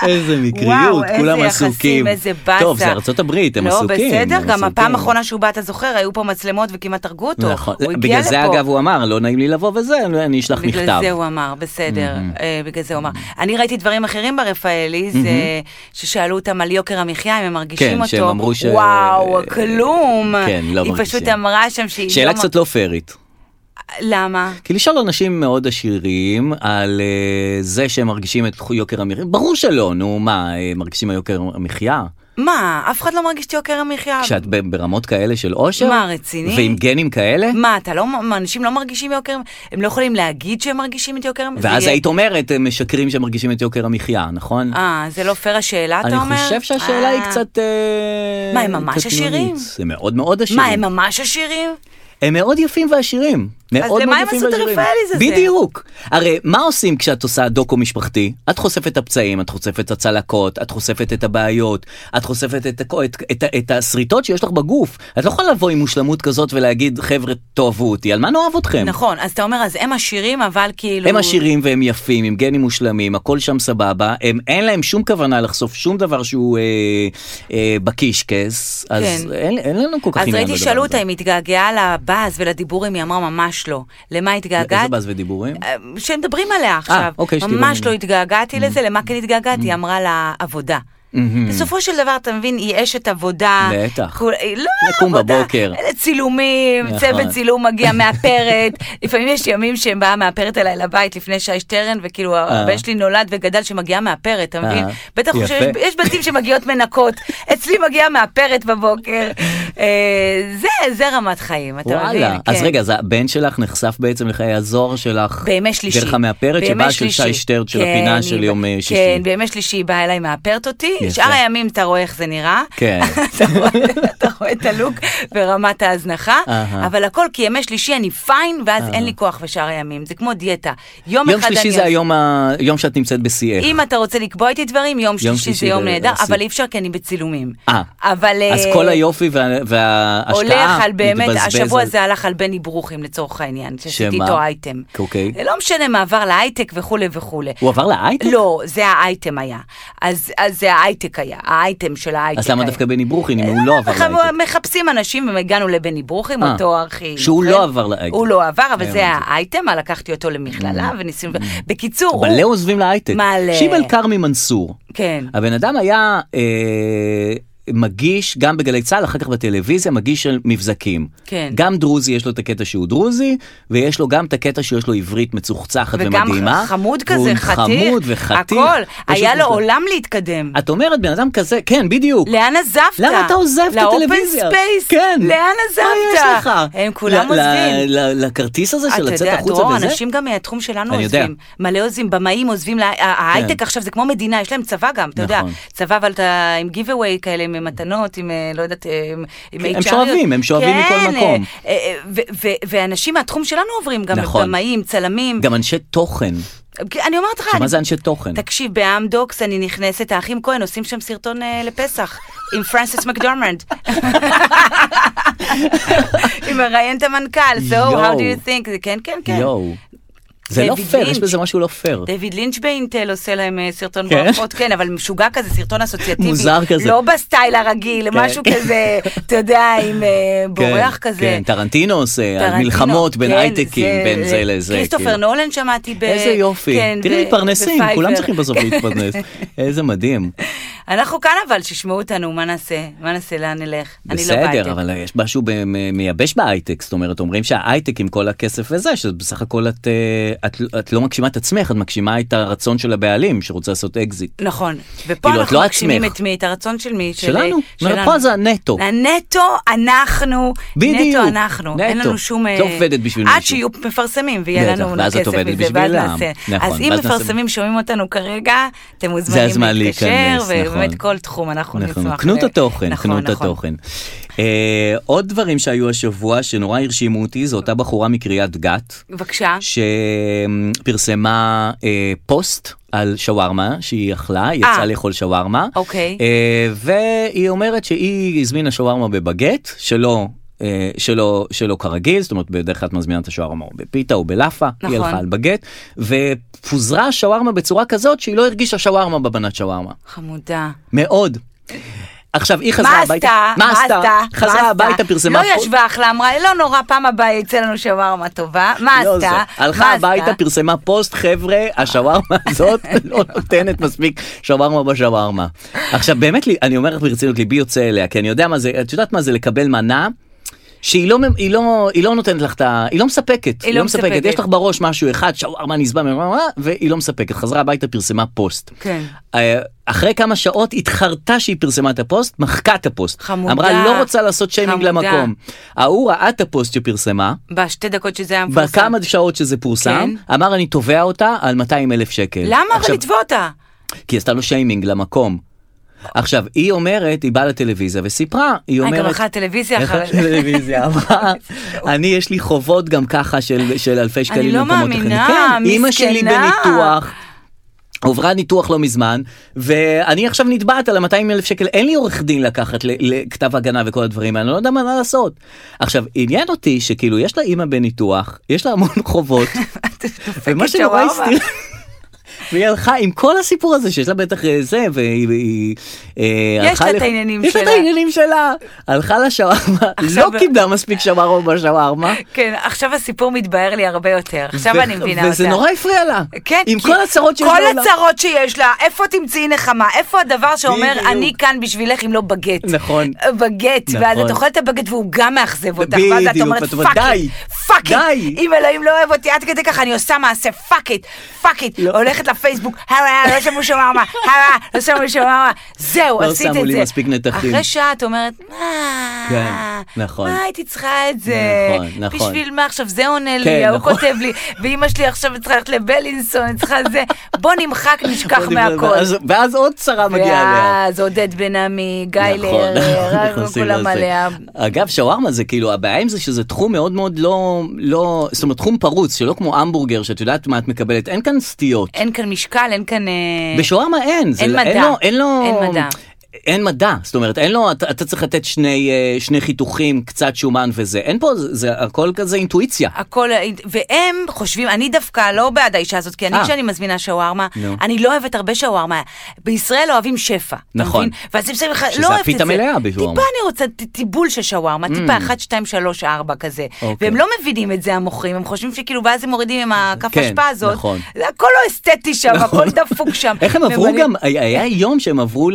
C: איזה
B: וואו,
C: מקריות,
B: איזה
C: כולם
B: יחסים,
C: עסוקים.
B: איזה באסה.
C: טוב, זה ארצות הברית, הם
B: לא,
C: עסוקים.
B: בסדר,
C: הם
B: גם הפעם
C: עסוקים.
B: האחרונה שהוא בא, אתה זוכר, היו פה מצלמות וכמעט הרגו אותו.
C: נכון,
B: הוא הגיע
C: בגלל
B: לפה.
C: זה אגב הוא אמר, לא נעים לי לבוא וזה, אני אשלח מכתב.
B: בגלל זה הוא אמר, בסדר, אה, בגלל זה הוא אמר. אני ראיתי דברים אחרים ברפאלי, זה ששאלו אותם על יוקר המחיה, אם הם מרגישים
C: כן,
B: אותו.
C: שהם אמרו ש- אה,
B: וואו, כלום.
C: כן, לא
B: היא
C: מרגישים.
B: פשוט אמרה שם שהיא...
C: שאלה
B: לא
C: קצת לא פיירית.
B: מ- למה?
C: כי לשאול אנשים מאוד עשירים על אה, זה שהם מרגישים את יוקר המחיה, ברור שלא, נו מה, אה, מרגישים היוקר המחיה?
B: מה, אף אחד לא מרגיש את יוקר המחיה?
C: כשאת ב- ברמות כאלה של עושר?
B: מה, רציני?
C: ועם גנים כאלה?
B: מה, אתה לא, מה, אנשים לא מרגישים יוקר, הם לא יכולים להגיד שהם מרגישים את יוקר המחיה?
C: ואז היית אומרת, הם משקרים שמרגישים את יוקר המחיה, נכון?
B: אה, זה לא פייר השאלה, אתה
C: אני
B: אומר?
C: חושב שהשאלה היא
B: אה.
C: קצת... אה,
B: מה, הם ממש
C: קטנונית.
B: עשירים?
C: הם מאוד מאוד עשירים.
B: מה, הם ממש עשירים?
C: הם מאוד יפים ועשירים. מאוד מאוד
B: למה הם
C: יפים
B: עשו את
C: ועשירים.
B: הרפאלי הזה?
C: בדיוק. הרי מה עושים כשאת עושה דוקו משפחתי? את חושפת את הפצעים, את חושפת את הצלקות, את חושפת את הבעיות, את חושפת את, הכ- את, את, את השריטות שיש לך בגוף. את לא יכולה לבוא עם מושלמות כזאת ולהגיד, חבר'ה, תאהבו אותי, על מה נאהב אתכם?
B: נכון, אז אתה אומר, אז הם עשירים, אבל כאילו...
C: הם עשירים והם יפים, עם גנים מושלמים, הכל שם סבבה, הם, אין להם שום כוונה לחשוף שום דבר שהוא אה, אה, בקישקס, אז
B: כן.
C: אין, אין לנו כל כך
B: אז
C: עניין
B: ראיתי
C: לדבר
B: שאלו
C: הזה.
B: אותה אם היא התגעגעה לבאז ולדיבורים, היא אמרה ממש לא. למה
C: איזה
B: התגעגעת?
C: באז ודיבורים?
B: אה, שמדברים עליה עכשיו.
C: אוקיי, Mm-hmm. שתראו
B: ממש
C: ממנו.
B: לא התגעגעתי לזה, למה כן התגעגעתי? היא אמרה לה עבודה. בסופו של דבר, אתה מבין, היא אשת עבודה.
C: Mm-hmm. בטח.
B: כול- היא לא
C: לקום
B: עבודה.
C: בבוקר.
B: אלה צילומים,
C: נכון.
B: צוות צילום מגיע מאפרת. לפעמים יש ימים שבאה מאפרת אליי לבית לפני שי שטרן, וכאילו הבן שלי נולד וגדל שמגיעה מאפרת, אתה מבין?
C: אה.
B: בטח הוא חושב,
C: יפה.
B: יש בתים שמגיעות מנקות, אצלי מגיעה מאפרת בבוקר. אה, זה- זה רמת חיים, אתה מבין?
C: וואלה, אז
B: כן.
C: רגע, אז הבן שלך נחשף בעצם לחיי הזוהר שלך.
B: בימי שלישי.
C: דרך המאפרת
B: בימי
C: שבאה של שי
B: שלישי.
C: שטרט של
B: כן,
C: הפינה
B: היא
C: של
B: ב-
C: יום אה, שישי.
B: כן, בימי שלישי היא באה אליי מאפרת אותי,
C: יפה.
B: שאר הימים אתה רואה איך זה נראה.
C: כן.
B: אתה רואה- אתה רואה את הלוק ברמת ההזנחה,
C: אהה.
B: אבל הכל כי ימי שלישי אני פיין, ואז אין לי כוח בשאר הימים, זה כמו דיאטה. יום
C: יום
B: אחד אני...
C: שלישי זה
B: עושה-
C: היום ה- יום שאת נמצאת בשיאך.
B: אם אתה רוצה לקבוע איתי דברים, יום שלישי
C: שלישי
B: זה יום
C: זה-
B: נהדר,
C: עשי.
B: אבל אי אפשר כי אני בצילומים.
C: אה.
B: אבל...
C: אז
B: אה,
C: כל היופי וה- וההשקעה
B: הולך על באמת,
C: מתבזבז
B: השבוע
C: על-
B: הזה הלך על בני ברוכים לצורך העניין, שעשיתי
C: שמה?
B: איתו אייטם.
C: אוקיי.
B: לא משנה מעבר להייטק וכולי וכולי.
C: הוא עבר להייטק?
B: לא, זה האייטם היה. אז אז זה ההייטק היה, האייטם של ההייטק
C: אז למה
B: היה.
C: דווקא בני ברוכין,
B: אה,
C: אם הוא לא עבר
B: אנחנו
C: להייטק?
B: מחפשים אנשים, והגענו לבני ברוכים,
C: אה,
B: אותו ארכי.
C: שהוא
B: זוכר?
C: לא עבר להייטק. Mm.
B: הוא לא עבר, אבל זה
C: הבנתי.
B: האייטם, אז לקחתי אותו למכללה, וניסינו... בקיצור,
C: מלא
B: הוא...
C: עוזבים להייטק.
B: מלא.
C: שיבל כרמי מנסור.
B: כן.
C: הבן אדם היה אה, מגיש גם בגלי צה"ל, אחר כך בטלוויזיה, מגיש של מבזקים.
B: כן.
C: גם דרוזי, יש לו את הקטע שהוא דרוזי, ויש לו גם את הקטע שיש לו עברית מצוחצחת
B: וגם
C: ומדהימה.
B: חמוד
C: והוא
B: כזה, חתיך.
C: חמוד וחתיך.
B: הכל.
C: פשוט
B: היה לו
C: מושלם.
B: עולם להתקדם.
C: את אומרת, בן אדם כזה, כן, בדיוק.
B: לאן עזבת?
C: למה אתה עוזב את הטלוויזיה?
B: לאופן ספייס?
C: כן.
B: לאן
C: מה
B: עזבת?
C: יש לך?
B: הם
C: ל-
B: כולם עוזבים.
C: ל- ל- לכרטיס הזה של
B: אתה
C: לצאת
B: יודע,
C: החוצה
B: דרור,
C: וזה?
B: אנשים גם מהתחום שלנו
C: אני
B: עוזבים.
C: יודע. כן.
B: מלא עוזבים, במאים עוזבים, לה- ה- ההייטק עכשיו זה כמו מדינה, יש להם צבא גם, אתה יודע.
C: נכון.
B: צבא, אבל אתה עם giveaway כאלה, עם מתנות, עם אה, לא יודעת, אה, עם- עם
C: הם
B: HRיות.
C: שואבים, הם שואבים מכל
B: כן,
C: מקום.
B: אה, אה, ו- ו- ואנשים מהתחום שלנו עוברים, גם
C: נכון.
B: במאים, צלמים.
C: גם אנשי תוכן.
B: אני אומרת לך,
C: שמה
B: אני
C: זה אנשי תוכן?
B: תקשיב, באמדוקס אני נכנסת, האחים כהן עושים שם סרטון אה, לפסח, עם פרנסיס מקדורמנד. היא מראיינת המנכ"ל, so
C: יואו.
B: how do you think, זה כן, כן, כן.
C: יואו. זה לא
B: דויד
C: פייר, יש
B: לינץ'.
C: בזה משהו לא פייר.
B: דויד לינץ' באינטל עושה להם אה, סרטון
C: כן.
B: ברכות, כן, אבל משוגע כזה, סרטון אסוציאטיבי.
C: מוזר כזה.
B: לא בסטייל הרגיל,
C: כן.
B: משהו כזה, אתה יודע, עם אה, בורח
C: כן,
B: כזה.
C: כן, טרנטינו עושה, על
B: טרנטינו,
C: מלחמות בין
B: כן,
C: הייטקים, בין זה לזה.
B: כריסטופר
C: כאילו.
B: נולן שמעתי ב...
C: איזה יופי,
B: כן,
C: תראי,
B: ב-
C: מתפרנסים, כולם
B: בפייבר.
C: צריכים בסוף
B: כן.
C: להתפרנס. איזה מדהים.
B: אנחנו כאן אבל, שישמעו אותנו, מה נעשה? מה נעשה, לאן נלך? אני לא
C: בסדר,
B: בהייטק.
C: אבל יש משהו ב- מ- מייבש בהייטק, זאת אומרת, אומרים שההייטק עם כל הכסף וזה, שבסך הכל את, אה, את, את לא מגשימה את עצמך, את מגשימה את הרצון של הבעלים שרוצה לעשות אקזיט.
B: נכון, ופה
C: כאילו, את
B: אנחנו
C: לא
B: מגשימים
C: עצמך.
B: את מי? את הרצון של מי? של-
C: שלנו, פה זה הנטו.
B: הנטו אנחנו,
C: בדיוק,
B: נטו אנחנו, אין
C: נטו.
B: לנו שום...
C: את
B: אה,
C: לא עובדת בשביל
B: עד
C: מישהו.
B: שיהיו מפרסמים ויהיה
C: בטח,
B: לנו
C: ואז את
B: כסף
C: עובדת
B: מזה, ואז
C: בשבילם.
B: נעשה.
C: נכון,
B: אז אם
C: ואז נעשה-
B: מפרסמים שומעים אותנו כרגע, אתם
C: זה
B: מוזמנים
C: הזמן
B: להתקשר,
C: להיכנס, נכון.
B: ובאמת כל תחום אנחנו נשמח.
C: נכון, קנו את
B: ל-
C: התוכן,
B: נכון,
C: קנו את
B: נכון.
C: התוכן. אה, עוד דברים שהיו השבוע שנורא הרשימו אותי, זו אותה בחורה מקריית גת,
B: בבקשה.
C: שפרסמה אה, פוסט על שווארמה שהיא אכלה, היא
B: אה.
C: יצאה לאכול שווארמה.
B: אוקיי.
C: אה, והיא אומרת שהיא הזמינה שווארמה בבגט, שלא... אה, שלו, שלו כרגיל, זאת אומרת בדרך כלל את מזמינה את השווארמה או בפיתה או בלאפה, היא
B: נכון.
C: הלכה על בגט, ופוזרה השווארמה בצורה כזאת שהיא לא הרגישה שווארמה בבנת שווארמה.
B: חמודה.
C: מאוד. עכשיו היא חזרה
B: מה
C: הביתה,
B: עשתה? מה עשתה? מה
C: חזרה
B: עשתה?
C: הביתה, פרסמה
B: לא ישבה אחלה, אמרה, לא נורא, פעם הבאה יצא לנו שווארמה טובה. מה
C: לא
B: עשתה?
C: זה. הלכה
B: מה
C: הביתה,
B: עשתה?
C: פרסמה פוסט, חבר'ה, השווארמה הזאת לא נותנת מספיק שווארמה בשווארמה. עכשיו באמת, לי- אני אומר לך ברצינות, ליבי יוצא אליה, כי אני יודע מה זה, את יודעת מה זה לקבל מנה. שהיא לא, מ- היא לא, היא לא נותנת לך את ה... היא לא מספקת.
B: היא לא מספקת.
C: יש לך בראש משהו אחד, שווארמה נשבע, והיא לא מספקת. חזרה הביתה, פרסמה פוסט.
B: כן.
C: אה, אחרי כמה שעות התחרתה שהיא פרסמה את הפוסט, מחקה את הפוסט.
B: חמודה.
C: אמרה, לא רוצה לעשות שיימינג
B: חמודה.
C: למקום. ההוא ראה את הפוסט שפרסמה,
B: בשתי דקות שזה היה מפורסם.
C: בכמה שעות שזה פורסם, אמר אני תובע אותה על 200 אלף שקל.
B: כן. למה אבל
C: עכשיו,
B: לתבוע אותה?
C: כי עשתה לו שיימינג למקום. עכשיו, היא אומרת, היא באה לטלוויזיה וסיפרה, היא
B: אה,
C: אומרת...
B: גם הלכה לטלוויזיה אחרי
C: הלכה
B: זה.
C: לטלוויזיה, אמרה, אני יש לי חובות גם ככה של של אלפי שקלים
B: לא
C: במקומות אחרים.
B: מאמינה,
C: כן, אימא שלי
B: מסכנה.
C: בניתוח. עוברה ניתוח לא מזמן, ואני עכשיו נתבעת על ה-200 אלף שקל, אין לי עורך דין לקחת ל- לכתב הגנה וכל הדברים האלה, אני לא יודע מה לעשות. עכשיו, עניין אותי שכאילו, יש לה אימא בניתוח, יש לה המון חובות, ומה שנורא
B: שווארמה.
C: הסתיר... והיא הלכה עם כל הסיפור הזה שיש לה בטח אה, זה והיא והיא, אה,
B: יש
C: הלכה
B: לה
C: לפ-
B: את העניינים
C: יש לה את
B: שלה.
C: העניינים שלה הלכה לשווארמה לא
B: עכשיו-
C: קיבלה מספיק שווארמה בשווארמה.
B: כן, עכשיו הסיפור מתבהר לי הרבה יותר. עכשיו
C: ו-
B: אני מבינה אותה.
C: וזה נורא הפריע לה.
B: כן,
C: עם
B: כי
C: כל הצרות שיש
B: כל
C: לה.
B: הצרות שיש לה, איפה תמצאי נחמה? איפה הדבר שאומר,
C: בדיוק.
B: אני כאן בשבילך אם לא בגט?
C: נכון.
B: בגט,
C: נכון.
B: ואז את אוכלת את הבגט והוא גם מאכזב אותך,
C: בדיוק,
B: ואז את אומרת,
C: ואת אומרת,
B: פאק
C: די,
B: איט, פאק איט,
C: די."
B: אם אלוהים לא אוהב אותי עד כדי ככה, אני עושה מעשה, פאק איט, פאק איט,
C: לא.
B: הולכת לפייסבוק, הרה, לא שמו שווארמה, הרה, לא שמו שווארמה, זהו,
C: לא
B: עשית את זה.
C: שמו לי מספיק נתחים.
B: אחרי שעה את אומרת, מה,
C: כן, נכון.
B: מה הייתי צריכה את זה?
C: נכון, נכון.
B: בשביל מה עכשיו זה עונה לי,
C: כן,
B: ההוא
C: נכון.
B: כותב לי, ואימא שלי עכשיו צריכה ללכת לבלינסון, אני צריכה זה, בוא נמחק, נשכח
C: בוא נדבר-
B: מהכל.
C: ואז- ואז עוד צרה מגיעה אליה.
B: ואז עודד בן עמי, גיא
C: נכון,
B: לרר, רק
C: נכנסים
B: כולם
C: לזה.
B: עליה.
C: אגב, שווארמה זה כאילו, הבעיה עם זה שזה תחום מאוד מאוד לא, לא, זאת אומרת תחום פרוץ, שלא כמו המבורגר, שאת יודעת מה את מקבלת, אין כאן סטיות.
B: אין כאן משקל, אין כאן... אה,
C: בשווארמה אין, זה
B: אין
C: לא-
B: מדע.
C: אין לו, אין לו,
B: אין מדע.
C: אין מדע, זאת אומרת, אין לו, אתה, אתה צריך לתת שני, אה, שני חיתוכים, קצת שומן וזה, אין פה, זה, זה הכל כזה אינטואיציה.
B: הכל, והם חושבים, אני דווקא לא בעד האישה הזאת, כי אני
C: אה.
B: כשאני מזמינה שווארמה,
C: נו.
B: אני לא אוהבת הרבה שווארמה. בישראל אוהבים שפע. אתה
C: נכון.
B: מבין? ואז הם שמים לך,
C: שזה
B: לא אוהבת את זה.
C: הפיתה מלאה בשווארמה. Mm.
B: טיפה אני רוצה ט- טיבול של שווארמה, טיפה 1, 2, 3, 4 כזה.
C: אוקיי.
B: והם לא מבינים את זה המוכרים, הם חושבים שכאילו, ואז הם מורידים עם הכף
C: כן,
B: האשפה הזאת.
C: נכון.
B: זה הכל לא אסתטי שם, הכל דפוק שם.
C: איך הם עברו
B: ממלא-
C: גם, היה- היה יום שהם עברו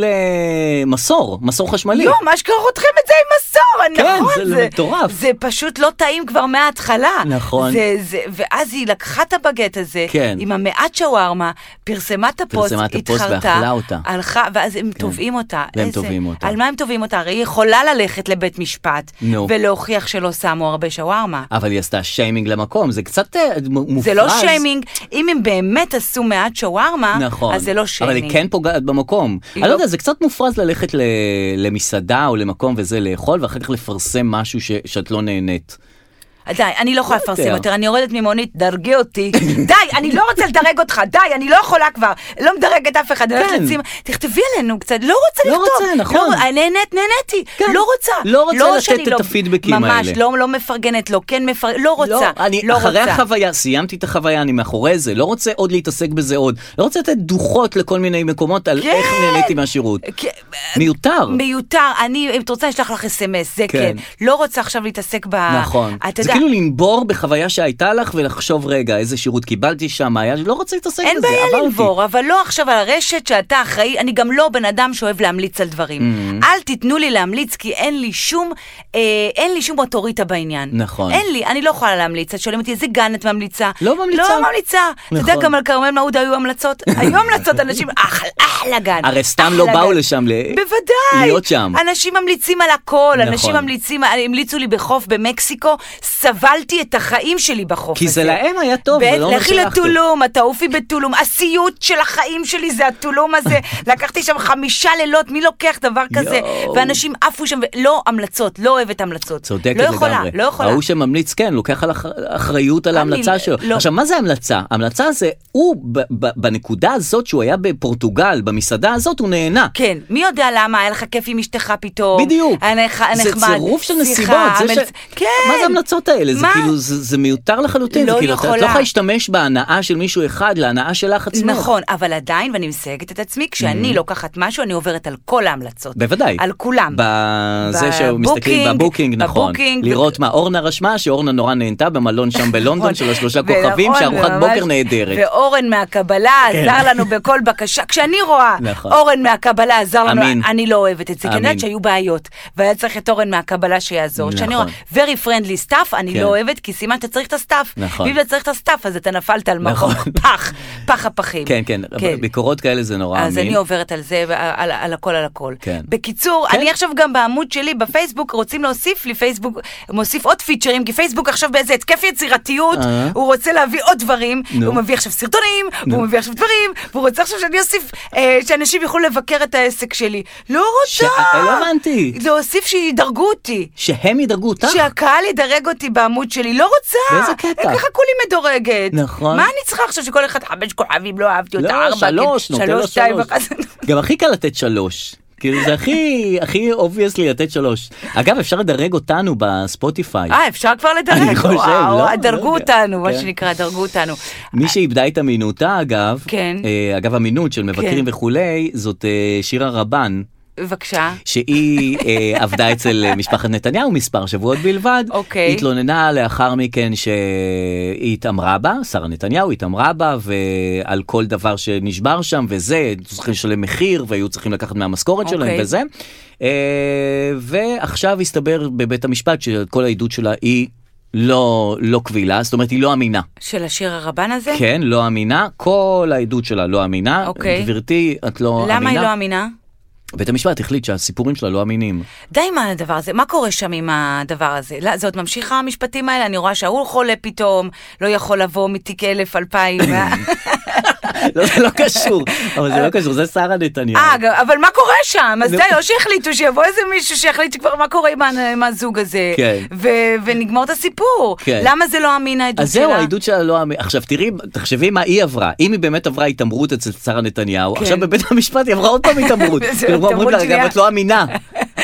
C: למסור, מסור חשמלי.
B: לא, מה שקרה רותחים את זה עם מסור,
C: כן,
B: נכון?
C: זה מטורף.
B: זה פשוט לא טעים כבר מההתחלה.
C: נכון.
B: זה, זה, ואז היא לקחה את הבגט הזה,
C: כן.
B: עם המעט שווארמה, פרסמה את הפוסט,
C: פרסמה את הפוסט
B: התחרתה,
C: ואכלה אותה. כן.
B: הלכה, ואז הם תובעים אותה.
C: והם
B: איזה-
C: תובעים אותה.
B: על מה הם תובעים אותה? הרי היא יכולה ללכת לבית משפט,
C: נו.
B: ולהוכיח שלא שמו הרבה שווארמה.
C: אבל היא עשתה שיימינג למקום, זה קצת אה, מ- מופרז.
B: זה לא שיימינג, אם הם באמת עשו מעט שווארמה,
C: נכון.
B: אז זה לא שיימינג.
C: אבל היא כן פוגעת במקום. אני
B: היא
C: לא
B: לא-
C: יודע, זה קצת מופרז ללכת ל- למסעדה או למקום וזה לאכול, ואחר כך לפרסם משהו ש- שאת לא נהנית.
B: די, אני לא יכולה
C: לא
B: לפרסם
C: יודע.
B: יותר, אני יורדת ממונית, דרגי אותי. די, אני לא רוצה לדרג אותך, די, אני לא יכולה כבר. לא מדרגת אף אחד, אני הולכת
C: כן.
B: לצימה. תכתבי עלינו קצת, לא רוצה
C: לא
B: לכתוב.
C: רוצה, נכון.
B: לא- נהנית, נהניתי,
C: כן.
B: לא רוצה.
C: לא רוצה לתת
B: שאני
C: את הפידבקים
B: ממש,
C: האלה.
B: לא, לא מפרגנת, לא כן מפרגנת, לא רוצה.
C: לא, אני
B: לא
C: אחרי
B: רוצה.
C: החוויה, סיימתי את החוויה, אני מאחורי זה, לא רוצה עוד להתעסק בזה עוד. לא רוצה לתת דוחות לכל מיני מקומות על
B: כן.
C: איך נהניתי מהשירות.
B: כן,
C: מיותר.
B: מיותר, אני, אם את רוצה, אני אשלח לך אס.אם.אס, זה
C: כן.
B: כן. לא רוצה עכשיו להתעסק ב...
C: נכון.
B: אה, אתה
C: זה
B: יודע,
C: כאילו לנבור בחוויה שהייתה לך ולחשוב, רגע, איזה שירות קיבלתי שם, מה היה, לא רוצה להתעסק בזה,
B: אין
C: עברתי.
B: בעיה לנבור, אבל לא עכשיו על הרשת שאתה אחראי, אני גם לא בן אדם שאוהב להמליץ על
C: Mm.
B: דברים. אל תיתנו לי להמליץ, כי אין לי שום, אה, אין לי שום אוטוריטה בעניין.
C: נכון.
B: אין לי, אני לא יכולה להמליץ. את שואלים אותי, איזה גן את ממליצה?
C: לא ממליצה.
B: לא ממליצה. אתה יודע,
C: נכון.
B: גם על כרמל מעודה היו המלצות. היו המלצות, אנשים, אחלה, אחלה גן.
C: הרי סתם לא
B: אחלה
C: באו
B: גן.
C: לשם ל-
B: בוודאי.
C: להיות שם.
B: אנשים ממליצים על הכל, אנשים
C: נכון.
B: ממליצים, המליצו לי בחוף במקסיקו, סבלתי את החיים שלי בחוף
C: כי
B: הזה.
C: זה להם היה טוב, זה לא אומר
B: לכי
C: שלך טוב.
B: לטולום, את תעופי בטולום. הסיוט של החיים שלי זה הטולום הזה. לקחתי שם חמישה לילות, מי לוקח דבר כזה?
C: יואו.
B: ואנשים עפו שם, ו- לא המלצות, לא אוהבת המלצות.
C: צודקת
B: לא יכולה,
C: לגמרי.
B: לא יכולה.
C: ההוא שממליץ כן, לוקח על אח- אחריות על
B: אני-
C: ההמלצה שלו.
B: לא.
C: עכשיו, מה זה המלצה? המלצה זה, הוא, ב- ב- בנקודה הזאת שהוא היה בפורטוגל, במסעדה הזאת, הוא נהנה.
B: כן, מי יודע למה, היה לך כיף עם אשתך פתאום.
C: בדיוק.
B: היה לך
C: זה
B: אה, נחמד.
C: צירוף של
B: שיחה,
C: נסיבות. זה ש...
B: המלצ- כן.
C: מה זה ההמלצות האלה? זה
B: מה?
C: כאילו, זה, זה מיותר לחלוטין.
B: לא
C: זה כאילו, אתה- את
B: יכולה.
C: לא יכולה להשתמש בהנאה של מישהו אחד להנאה שלך עצמך.
B: נכון, אבל עדיין, ואני מסייגת את עצמי, כשאני לוקחת משהו, אני עוברת על כל ההמלצות.
C: Mm. בוודאי.
B: על כולם.
C: בזה
B: ב-
C: שמסתכלים
B: בוקינג,
C: בבוקינג, נכון.
B: בבוקינג.
C: לראות מה אורנה רשמה, שאורנה נורא נהנתה במלון שם בלונדון של השלושה
B: נכון,
C: כוכבים, שארוחת
B: וממש-
C: בוקר נהדרת. כן.
B: ואורן מהקבלה עזר לנו בכל בקשה. כשאני רואה
C: נכון.
B: אורן מהקבלה עזר לנו,
C: אמין.
B: אני לא אוהבת את זה, כי אני
C: אמין.
B: יודעת שהיו בעיות, והיה צריך את אורן מהקבלה שיעזור. כשאני רואה
C: נכון.
B: very friendly stuff, אני
C: כן.
B: לא אוהבת, כי סימן שאתה צריך את הסטאפ.
C: נכון.
B: ואם אתה צריך את הסטאפ, אז אתה נפלת על מקום
C: נכון.
B: פח, פח הפחים.
C: כן, כן, ביקורות כאלה זה נורא אמין.
B: אז אני עוברת על זה, ועל- על, על הכל על הכל.
C: כן.
B: בקיצור,
C: כן.
B: אני עכשיו גם בעמוד שלי בפייסבוק, רוצים להוסיף לי פייסבוק, מוסיף עוד פיצ'רים, כי פייסבוק עכשיו באיזה התקף יצירתיות,
C: אה.
B: הוא רוצה להביא עוד דברים,
C: נו.
B: הוא מביא עכשיו סרטונים, והוא מביא עכשיו דברים, והוא רוצה עכשיו שאני אוסיף, אה, שאנשים יוכלו לבקר את העסק שלי. לא
C: ש-
B: רוצה!
C: אה, לא הבנתי.
B: להוסיף שידרגו אותי.
C: שהם ידרגו אותך?
B: שהקהל ידרג אותי בעמוד שלי, לא רוצה.
C: באיזה קטע?
B: ככה כולי מדורגת.
C: נכון.
B: מה אני צריכה עכשיו שכל אחד חמש כוכבים, לא אהבתי אותה,
C: לא,
B: ארבע, כן,
C: שלוש, נותן לו
B: שלוש, שתיים, לא-"
C: שלוש.
B: אחת.
C: גם הכי קל לתת שלוש. כאילו זה הכי, הכי אובייסלי לתת שלוש. אגב, אפשר לדרג אותנו בספוטיפיי.
B: אה, אפשר כבר לדרג?
C: אני חושב,
B: וואו,
C: לא,
B: דרגו
C: לא יודע.
B: אותנו, מה
C: כן.
B: שנקרא, דרגו אותנו.
C: מי שאיבדה את אמינותה, אגב,
B: כן.
C: אה, אגב, אמינות של מבקרים
B: כן.
C: וכולי, זאת אה, שירה רבן.
B: בבקשה.
C: שהיא אה, עבדה אצל אה, משפחת נתניהו מספר שבועות בלבד.
B: אוקיי.
C: היא התלוננה לאחר מכן שהיא התעמרה בה, שרה נתניהו התעמרה בה, ועל כל דבר שנשבר שם וזה, צריכים לשלם מחיר והיו צריכים לקחת מהמשכורת שלהם
B: אוקיי.
C: וזה. אה, ועכשיו הסתבר בבית המשפט שכל העדות שלה היא לא, לא קבילה, זאת אומרת היא לא אמינה.
B: של השיר הרבן הזה?
C: כן, לא אמינה, כל העדות שלה לא אמינה.
B: אוקיי.
C: גברתי, את לא אמינה.
B: למה היא לא אמינה?
C: בית המשפט החליט שהסיפורים שלה לא אמינים.
B: די עם הדבר הזה, מה קורה שם עם הדבר הזה? לא, זה עוד ממשיך המשפטים האלה? אני רואה שההוא חולה פתאום, לא יכול לבוא מתיק אלף, אלפיים.
C: כן. לא, זה לא קשור, אבל זה לא קשור, זה שרה נתניהו.
B: אה, גם- אבל מה קורה שם? אז
C: נו.
B: די, או שהחליטו שיבוא איזה מישהו שיחליט כבר מה קורה עם ה- עם הזוג הזה.
C: כן.
B: ו- ונגמור את הסיפור.
C: כן.
B: למה זה לא אמין העדות שלה?
C: אז זהו, העדות שלה לא... אמ- עכשיו תראי, תחשבי מה היא עברה. אם היא באמת עברה התעמרות אצל שרה נתניהו,
B: כן.
C: עכשיו בבית המשפט היא עברה עוד פעם התעמרות.
B: זה
C: כאילו, אומרים לה,
B: התעמרות
C: גם
B: שנייה.
C: את לא אמינה.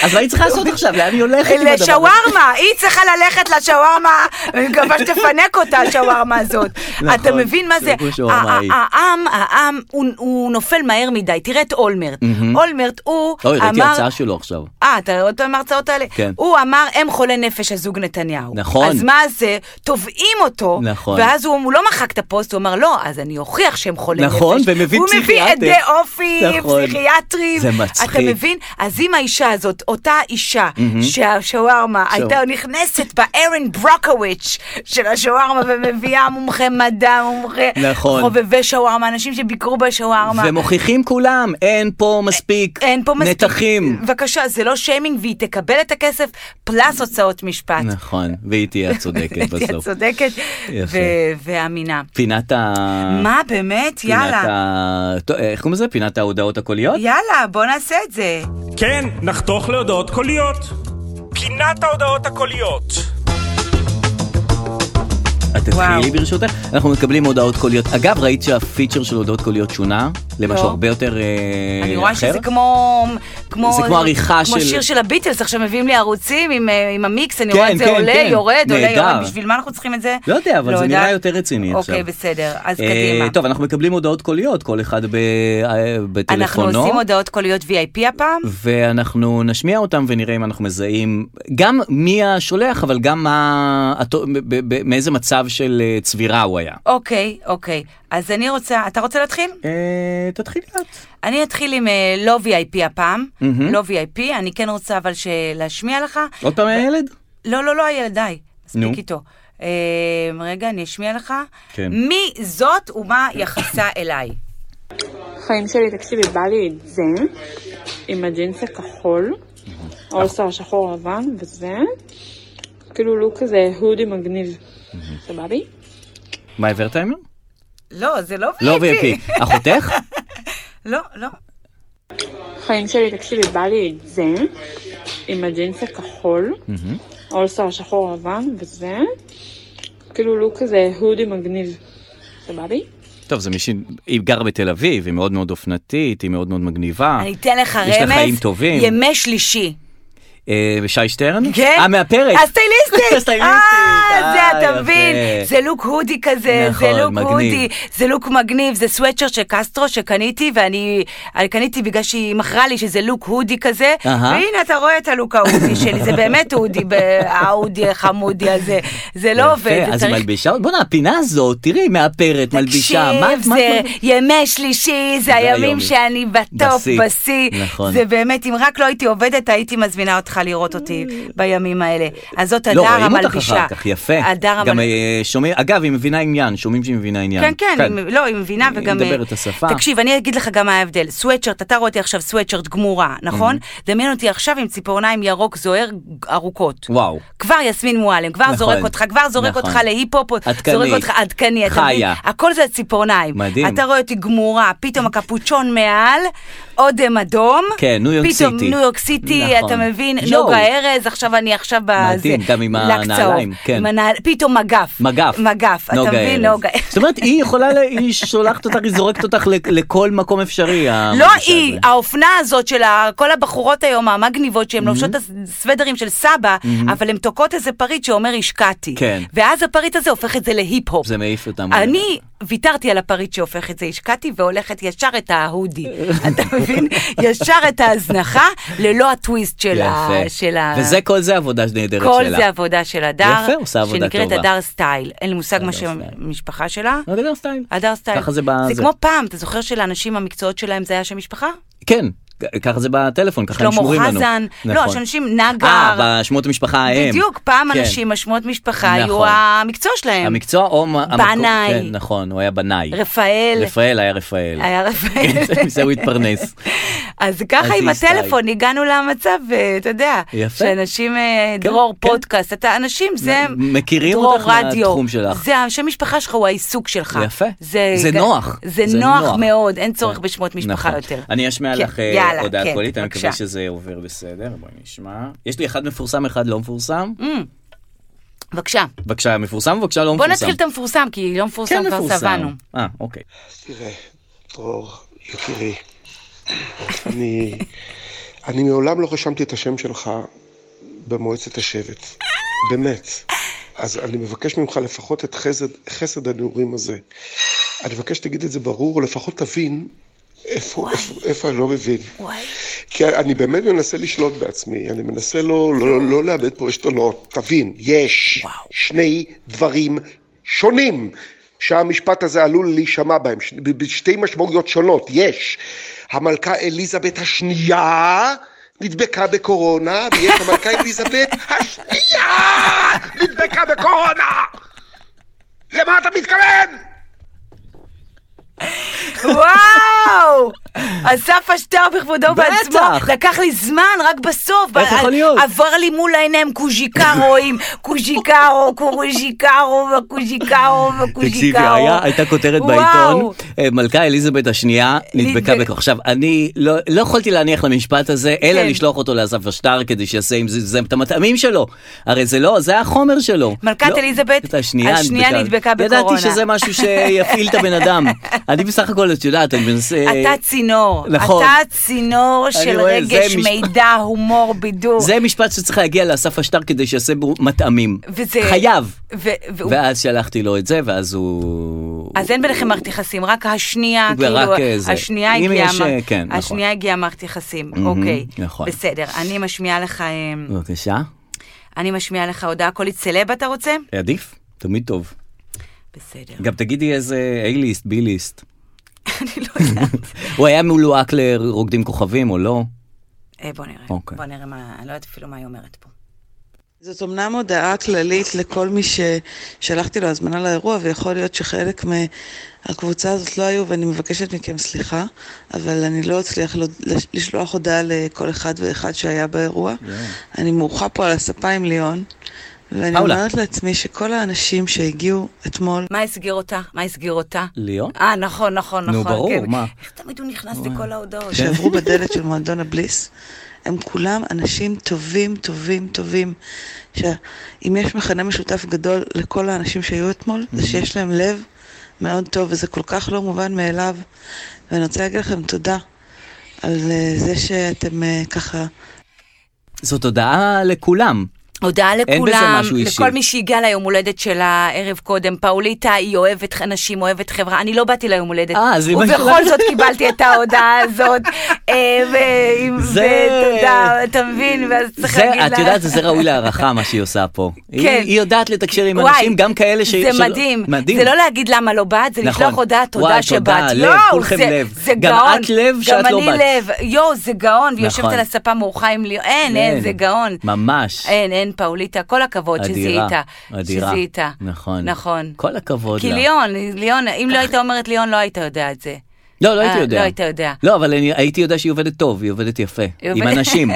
C: אז מה היא צריכה לעשות עכשיו? לאן היא הולכת עם הדבר הזה?
B: לשווארמה, היא צריכה ללכת לשווארמה, אני מקווה שתפנק אותה השווארמה הזאת.
C: נכון,
B: אתה מבין מה זה?
C: שירקו שווארמה
B: ה- ה-
C: היא.
B: העם, העם, הוא- הוא נופל מהר מדי, תראה את אולמרט. אולמרט הוא
C: אוי, ראיתי
B: אמר...
C: לא, הצעה שלו עכשיו.
B: אה, אתה רואה אותו עם ההרצאות האלה?
C: כן.
B: הוא אמר, הם חולי נפש, הזוג נתניהו.
C: נכון.
B: אז מה זה? תובעים אותו.
C: נכון.
B: ואז הוא, הוא לא מחק את הפוסט, הוא אמר, לא, אז אני אוכיח שהם חולי נפש.
C: נכון, ומביא
B: הוא מביא
C: פסיכיאטר.
B: עדי אופי,
C: נכון.
B: פסיכיאטרים.
C: זה מצחיק.
B: אתה מבין? אז אם האישה הזאת, אותה אישה, שהשווארמה הייתה נכנסת בארן ברוקוויץ' של השווארמה, ומביאה מומחה מדע, מומחה
C: נכון.
B: חובבי שווארמה, אנשים שביקרו בשווארמה.
C: ומוכיחים כולם, אין פה מספיק
B: אין פה מספיק.
C: נתחים.
B: בבקשה, זה לא שיימינג, והיא תקבל את הכסף פלוס הוצאות משפט.
C: נכון, והיא תהיה הצודקת
B: את
C: בסוף.
B: צודקת
C: יפה.
B: ו- ואמינה.
C: פינת ה...
B: מה באמת?
C: פינת
B: יאללה.
C: ה- טוב, אה, איך קוראים לזה? פינת ההודעות הקוליות?
B: יאללה, בוא נעשה את זה.
C: אה,
A: כן, נחתוך להודעות קוליות. פינת ההודעות הקוליות.
C: את תתחילי
B: וואו.
C: ברשותך, אנחנו מקבלים הודעות קוליות. אגב, ראית שהפיצ'ר של הודעות קוליות שונה למשהו
B: לא.
C: הרבה יותר אה, אחר?
B: אני רואה שזה כמו... כמו
C: זה כמו עריכה
B: כמו
C: של-
B: שיר של הביטלס, עכשיו מביאים לי ערוצים עם, אה, עם המיקס, אני
C: כן,
B: רואה את זה
C: כן,
B: עולה,
C: כן.
B: יורד, עולה,
C: נהדר.
B: יורד, בשביל מה אנחנו צריכים את זה?
C: לא יודע, אבל זה נראה
B: יודעת.
C: יותר רציני עכשיו.
B: אוקיי, בסדר, אז
C: אה,
B: קדימה.
C: טוב, אנחנו מקבלים הודעות קוליות, כל אחד ב- אה,
B: אנחנו
C: בטלפונו.
B: עושים הודעות קוליות VIP הפעם?
C: ואנחנו נשמיע אותם ונראה אם אנחנו מזהים גם מי השולח, אבל גם מה, התו- ב- ב- ב- מאיזה מצב של אה, צבירה הוא היה.
B: אוקיי, אוקיי. אז אני רוצה, אתה רוצה להתחיל?
C: אה, תתחילי את.
B: אני אתחיל עם אה, לא VIP הפעם, לא VIP, אני כן רוצה אבל ש- להשמיע לך.
C: עוד פעם אה, הילד?
B: לא, לא, לא, הילד, די,
C: נו.
B: מספיק איתו. אה, רגע, אני אשמיע לך.
C: כן.
B: מי זאת ומה יחסה אליי?
D: חיים שלי, תקשיבי, בא לי את זה, עם הג'ינס הכחול, או שר שחור לבן, וזה, כאילו לוק כזה הודי מגניב. סבבי?
C: מה העברת היום?
B: לא, זה לא
C: לא
B: VIP.
C: VIP. אחותך?
B: לא, לא.
D: חיים שלי, תקשיבי, בא לי את זה, עם הג'ינס הכחול, אולסטר שחור לבן וזה, כאילו לוק כזה הודי מגניב. סבבי?
C: טוב, זה מישהי, היא גרה בתל אביב, היא מאוד מאוד אופנתית, היא מאוד מאוד מגניבה.
B: אני אתן לך רמז.
C: יש לה חיים טובים.
B: ימי שלישי.
C: אה, ושי שטרן?
B: כן?
C: אה, מהפרק.
B: הסטייליסטית.
C: הסטייליסטית.
B: אה,
C: יפה.
B: זה אתה מבין. זה לוק הודי כזה,
C: נכון,
B: זה לוק
C: מגניב.
B: הודי, זה לוק מגניב, זה סוואצ'ר של קסטרו שקניתי, ואני אני קניתי בגלל שהיא מכרה לי שזה לוק הודי כזה,
C: אהה.
B: והנה אתה רואה את הלוק ההודי שלי, זה באמת הודי, ב- ההודי החמודי הזה. זה לא עובד,
C: יפה,
B: זה
C: אז
B: צריך...
C: היא מלבישה, בואנה, הפינה הזאת, תראי, מאפרת, מלבישה, מה את...
B: תקשיב,
C: מה
B: זה
C: את-
B: ימי שלישי, זה
C: היום.
B: הימים שאני בטופ,
C: בשיא.
B: בשיא.
C: נכון.
B: זה באמת, אם רק לא הייתי עובדת, הייתי מזמינה אותך לראות אותי בימים האלה. אז זאת הדר
C: לא,
B: המלבישה.
C: רואים אותך אחר כך, יפה.
B: הדר
C: גם
B: המלבישה.
C: אה, שומעים, אגב, היא מבינה עניין, שומעים שהיא מבינה עניין.
B: כן, כן, היא- לא, היא מבינה
C: היא
B: וגם...
C: מדברת את השפה.
B: תקשיב, אני אגיד לך גם מה ההבדל. סוואצ'רט, אתה רואה אותי עכשיו סוואצ'רט גמורה, נכון?
C: Mm-hmm.
B: דמיין אותי עכשיו עם ציפורניים ירוק זוהר ארוכות.
C: וואו.
B: כבר יסמין מועלם, כבר
C: נכון,
B: זורק אותך, כבר זורק
C: נכון.
B: אותך להיפ-הופ,
C: עדכני.
B: זורק אותך עדכני, אתה מבין?
C: חיה.
B: הכל זה הציפורניים.
C: מדהים.
B: אתה רואה אותי גמורה, פתאום הקפוצ'ון מעל, אודם אדום.
C: כן, ניו יורק
B: פתאום
C: סיטי.
B: ניו יורק סיטי,
C: נכון.
B: אתה מבין?
C: יואו.
B: נוגה ארז, עכשיו אני עכשיו בזה.
C: מדהים, גם עם
B: לק צהוב.
C: הנעליים, כן.
B: עם הנעל- פתאום מגף.
C: מגף.
B: מגף, אתה מבין?
C: ארז.
B: נוגה ארז.
C: זאת אומרת, היא יכולה, ל- היא שולחת אותך, היא זורקת אותך ל- לכל מקום אפשרי.
B: לא
C: המלבישה
B: היא,
C: הזאת.
B: האופנה הזאת של ה- כל הבחורות היום המגניבות
C: Mm-hmm.
B: שהן לובשות את הסוודרים של סבא, אבל הן תוקעות איזה פריט שאומר השקעתי.
C: כן.
B: ואז הפריט הזה הופך את זה להיפ-הופ.
C: זה מעיף אותם.
B: אני ויתרתי על הפריט שהופך את זה, השקעתי והולכת ישר את ההודי. אתה מבין? ישר את ההזנחה ללא הטוויסט של ה...
C: יפה.
B: של ה-
C: וזה כל זה עבודה נהדרת שלה.
B: כל זה עבודה של הדר,
C: יפה, עושה עבודה
B: שנקראת
C: טובה.
B: הדר סטייל. אין לי מושג
C: הדר
B: מה
C: סטייל.
B: שהמשפחה שלה.
C: לא, גדר סטייל.
B: הדר סטייל.
C: ככה זה ב-
B: זה
C: זה.
B: כמו פעם, אתה זוכר שלאנשים המקצועות שלהם זה היה שם משפחה?
C: כן, כ- ככה זה בטלפון, ככה הם
B: שלמה
C: כן, שמורים לנו.
B: חזן, לא,
C: נכון.
B: שאנשים נגר.
C: אה, בשמות המשפחה ההם.
B: בדיוק, פעם
C: כן.
B: אנשים, השמות משפחה היו
C: נכון.
B: המקצוע שלהם.
C: המקצוע או... מה- המקום-
B: בנאי.
C: כן, נכון, הוא היה בנאי.
B: רפאל,
C: רפאל היה רפאל.
B: היה רפאל.
C: מזה הוא התפרנס.
B: אז
C: אז
B: ככה עם
C: היא
B: הטלפון הגענו למצב, אה, אתה יודע,
C: יפה.
B: שאנשים, אה,
C: כן,
B: דרור
C: כן.
B: פודקאסט, אתה אנשים, זה
C: מ- מכירים
B: דרור
C: אותך
B: רדיו.
C: מהתחום שלך.
B: זה השם משפחה שלך הוא העיסוק שלך.
C: יפה. זה נוח.
B: זה
C: זה
B: נוח
C: נוח.
B: מאוד, אין צורך בשמות משפחה
C: נכון.
B: יותר.
C: אני אשמיע
B: כן,
C: לך אה,
B: יאללה,
C: הודעה
B: כן,
C: קולית, אני מקווה
B: בבקשה.
C: שזה עובר בסדר, בואי נשמע. יש לי אחד מפורסם, אחד לא מפורסם.
B: Mm. בבקשה.
C: בבקשה מפורסם, בבקשה לא
B: בוא
C: מפורסם.
B: נתחיל את המפורסם, כי לא מפורסם
C: כן
B: כבר
C: מפורסם.
B: סבנו.
C: אה, אוקיי.
E: תראה, דרור, יקירי, אני, אני מעולם לא רשמתי את השם שלך במועצת השבט, באמת. אז אני מבקש ממך לפחות את חסד, חסד הנעורים הזה. אני מבקש שתגיד את זה ברור, או לפחות תבין איפה, איפה, איפה אני לא מבין.
B: וואי.
E: כי אני באמת מנסה לשלוט בעצמי, אני מנסה לא, לא, לא, לא לאבד פה עשתונות. תבין, יש וואו. שני דברים שונים שהמשפט הזה עלול להישמע בהם, ש- ב- בשתי משמעויות שונות, יש. המלכה אליזבת השנייה נדבקה בקורונה, ויש המלכה אליזבת השנייה נדבקה בקורונה! למה אתה מתכוון?
B: וואו! אסף אשטר בכבודו
C: בטח.
B: בעצמו, לקח לי זמן, רק בסוף.
C: איך יכול להיות?
B: עבר לי מול העיניים קוז'יקרו עם קוז'יקרו, קוז'יקרו וקוז'יקרו וקוז'יקרו.
C: תקשיבי, היה- הייתה כותרת
B: וואו.
C: בעיתון, אה, מלכה אליזבת השנייה נדבקה
B: נדבק-
C: בכוח. עכשיו, אני לא לא יכולתי להניח למשפט הזה, אלא
B: כן.
C: לשלוח אותו לאסף אשטר כדי שיעשה עם זה- זה את המטעמים שלו. הרי זה לא, זה החומר שלו.
B: מלכת
C: לא,
B: אליזבת
C: השנייה
B: השנייה נדבקה בקורונה.
C: ידעתי שזה משהו שיפעיל את הבן אדם. אני בסך הכל, את יודעת, אני מנסה...
B: אתה צינור,
C: אה, נכון.
B: אתה צינור של
C: רואה, זה
B: רגש,
C: מש-
B: מידע, הומור, בידור.
C: זה משפט שצריך להגיע לאסף אשטר כדי שיעשה בו מטעמים.
B: וזה-
C: חייב.
B: ו- והוא-
C: ואז שלחתי לו את זה, ואז הוא...
B: אז אין ביניכם מערכת יחסים, רק השנייה,
C: ורק, אה,
B: כאילו,
C: זה.
B: השנייה
C: אם
B: הגיעה,
C: יש, אה, כן, נכון.
B: השנייה הגיעה מערכת יחסים, אוקיי,
C: נכון.
B: בסדר, אני משמיעה לך, אמ,
C: בבקשה.
B: אני משמיעה לך הודעה קולית סלב אתה רוצה?
C: עדיף, תמיד טוב.
B: בסדר.
C: גם תגידי איזה A-ליסט, B-ליסט.
B: אני לא יודעת.
C: הוא היה מולואק לרוקדים כוכבים או לא?
B: אה, בוא נראה,
C: אוקיי.
B: בוא נראה מה, אני לא יודעת אפילו מה היא אומרת פה.
F: זאת אמנם הודעה כללית לכל מי ששלחתי לו הזמנה לאירוע, ויכול להיות שחלק מהקבוצה הזאת לא היו, ואני מבקשת מכם סליחה, אבל אני לא אצליח לו- לש- לשלוח הודעה לכל אחד ואחד שהיה באירוע. אני מורחה פה על הספה עם ליאון, ואני
C: פאולה.
F: אומרת לעצמי שכל האנשים שהגיעו אתמול,
B: מה הסגיר אותה? מה הסגיר אותה?
C: ליאור?
B: אה, נכון, נכון,
C: לא? נו,
B: נכון.
C: ברור,
B: כן.
C: מה? כן.
B: איך תמיד הוא נכנס לכל ההודעות?
F: שעברו בדלת של מועדון הבליס, הם כולם אנשים טובים, טובים, טובים. שאם יש מכנה משותף גדול לכל האנשים שהיו אתמול, זה שיש להם לב מאוד טוב, וזה כל כך לא מובן מאליו. ואני רוצה להגיד לכם תודה על אה, זה שאתם אה, ככה
C: זאת הודעה לכולם.
B: הודעה
C: בזה
B: לכולם,
C: משהו אישי.
B: לכל מי שהגיע ליום הולדת שלה ערב קודם. פאוליטה, היא אוהבת אנשים, אוהבת חברה. אני לא באתי ליום הולדת.
C: אה, אז היא באתי
B: ובכל
C: ל-
B: זאת קיבלתי את ההודעה הזאת. אה, ועם-
C: זה-
B: ותודה, אתה מבין? ואז צריך
C: זה,
B: להגיד לה... כן.
C: את יודעת, זה ראוי להערכה מה שהיא עושה פה. היא, היא יודעת לתקשר עם
B: וואי,
C: אנשים, גם כאלה ש...
B: זה
C: שלא-
B: מדהים.
C: מדהים.
B: זה לא להגיד למה לא באת, זה
C: נכון.
B: לשלוח הודעה
C: וואי,
B: תודה שבאת.
C: תודה, לב,
B: יואו,
C: כולכם
B: זה-
C: לב.
B: זה
C: גם
B: גאון.
C: את לב שאת לא
B: גם
C: באת.
B: אני לב. יואו, זה גאון, ויושבת
C: נכון.
B: על הספה מאורחה עם ליאור. אין,
C: כן.
B: אין, זה גאון. אה,
C: ממש.
B: אין, אין, פאוליטה, כל הכבוד
C: אדירה,
B: שזיהית.
C: אדירה.
B: שזיהית.
C: נכון.
B: נכון.
C: כל הכבוד
B: כי
C: לה.
B: ליאון, ליאון, אם לא היית אומרת ליאון, לא היית יודע את זה.
C: לא, לא הייתי
B: אה,
C: יודע.
B: לא היית יודע.
C: לא, אבל אני, הייתי יודע שהיא עובדת טוב, היא עובדת יפה. עם
B: עובדת-
C: אנשים.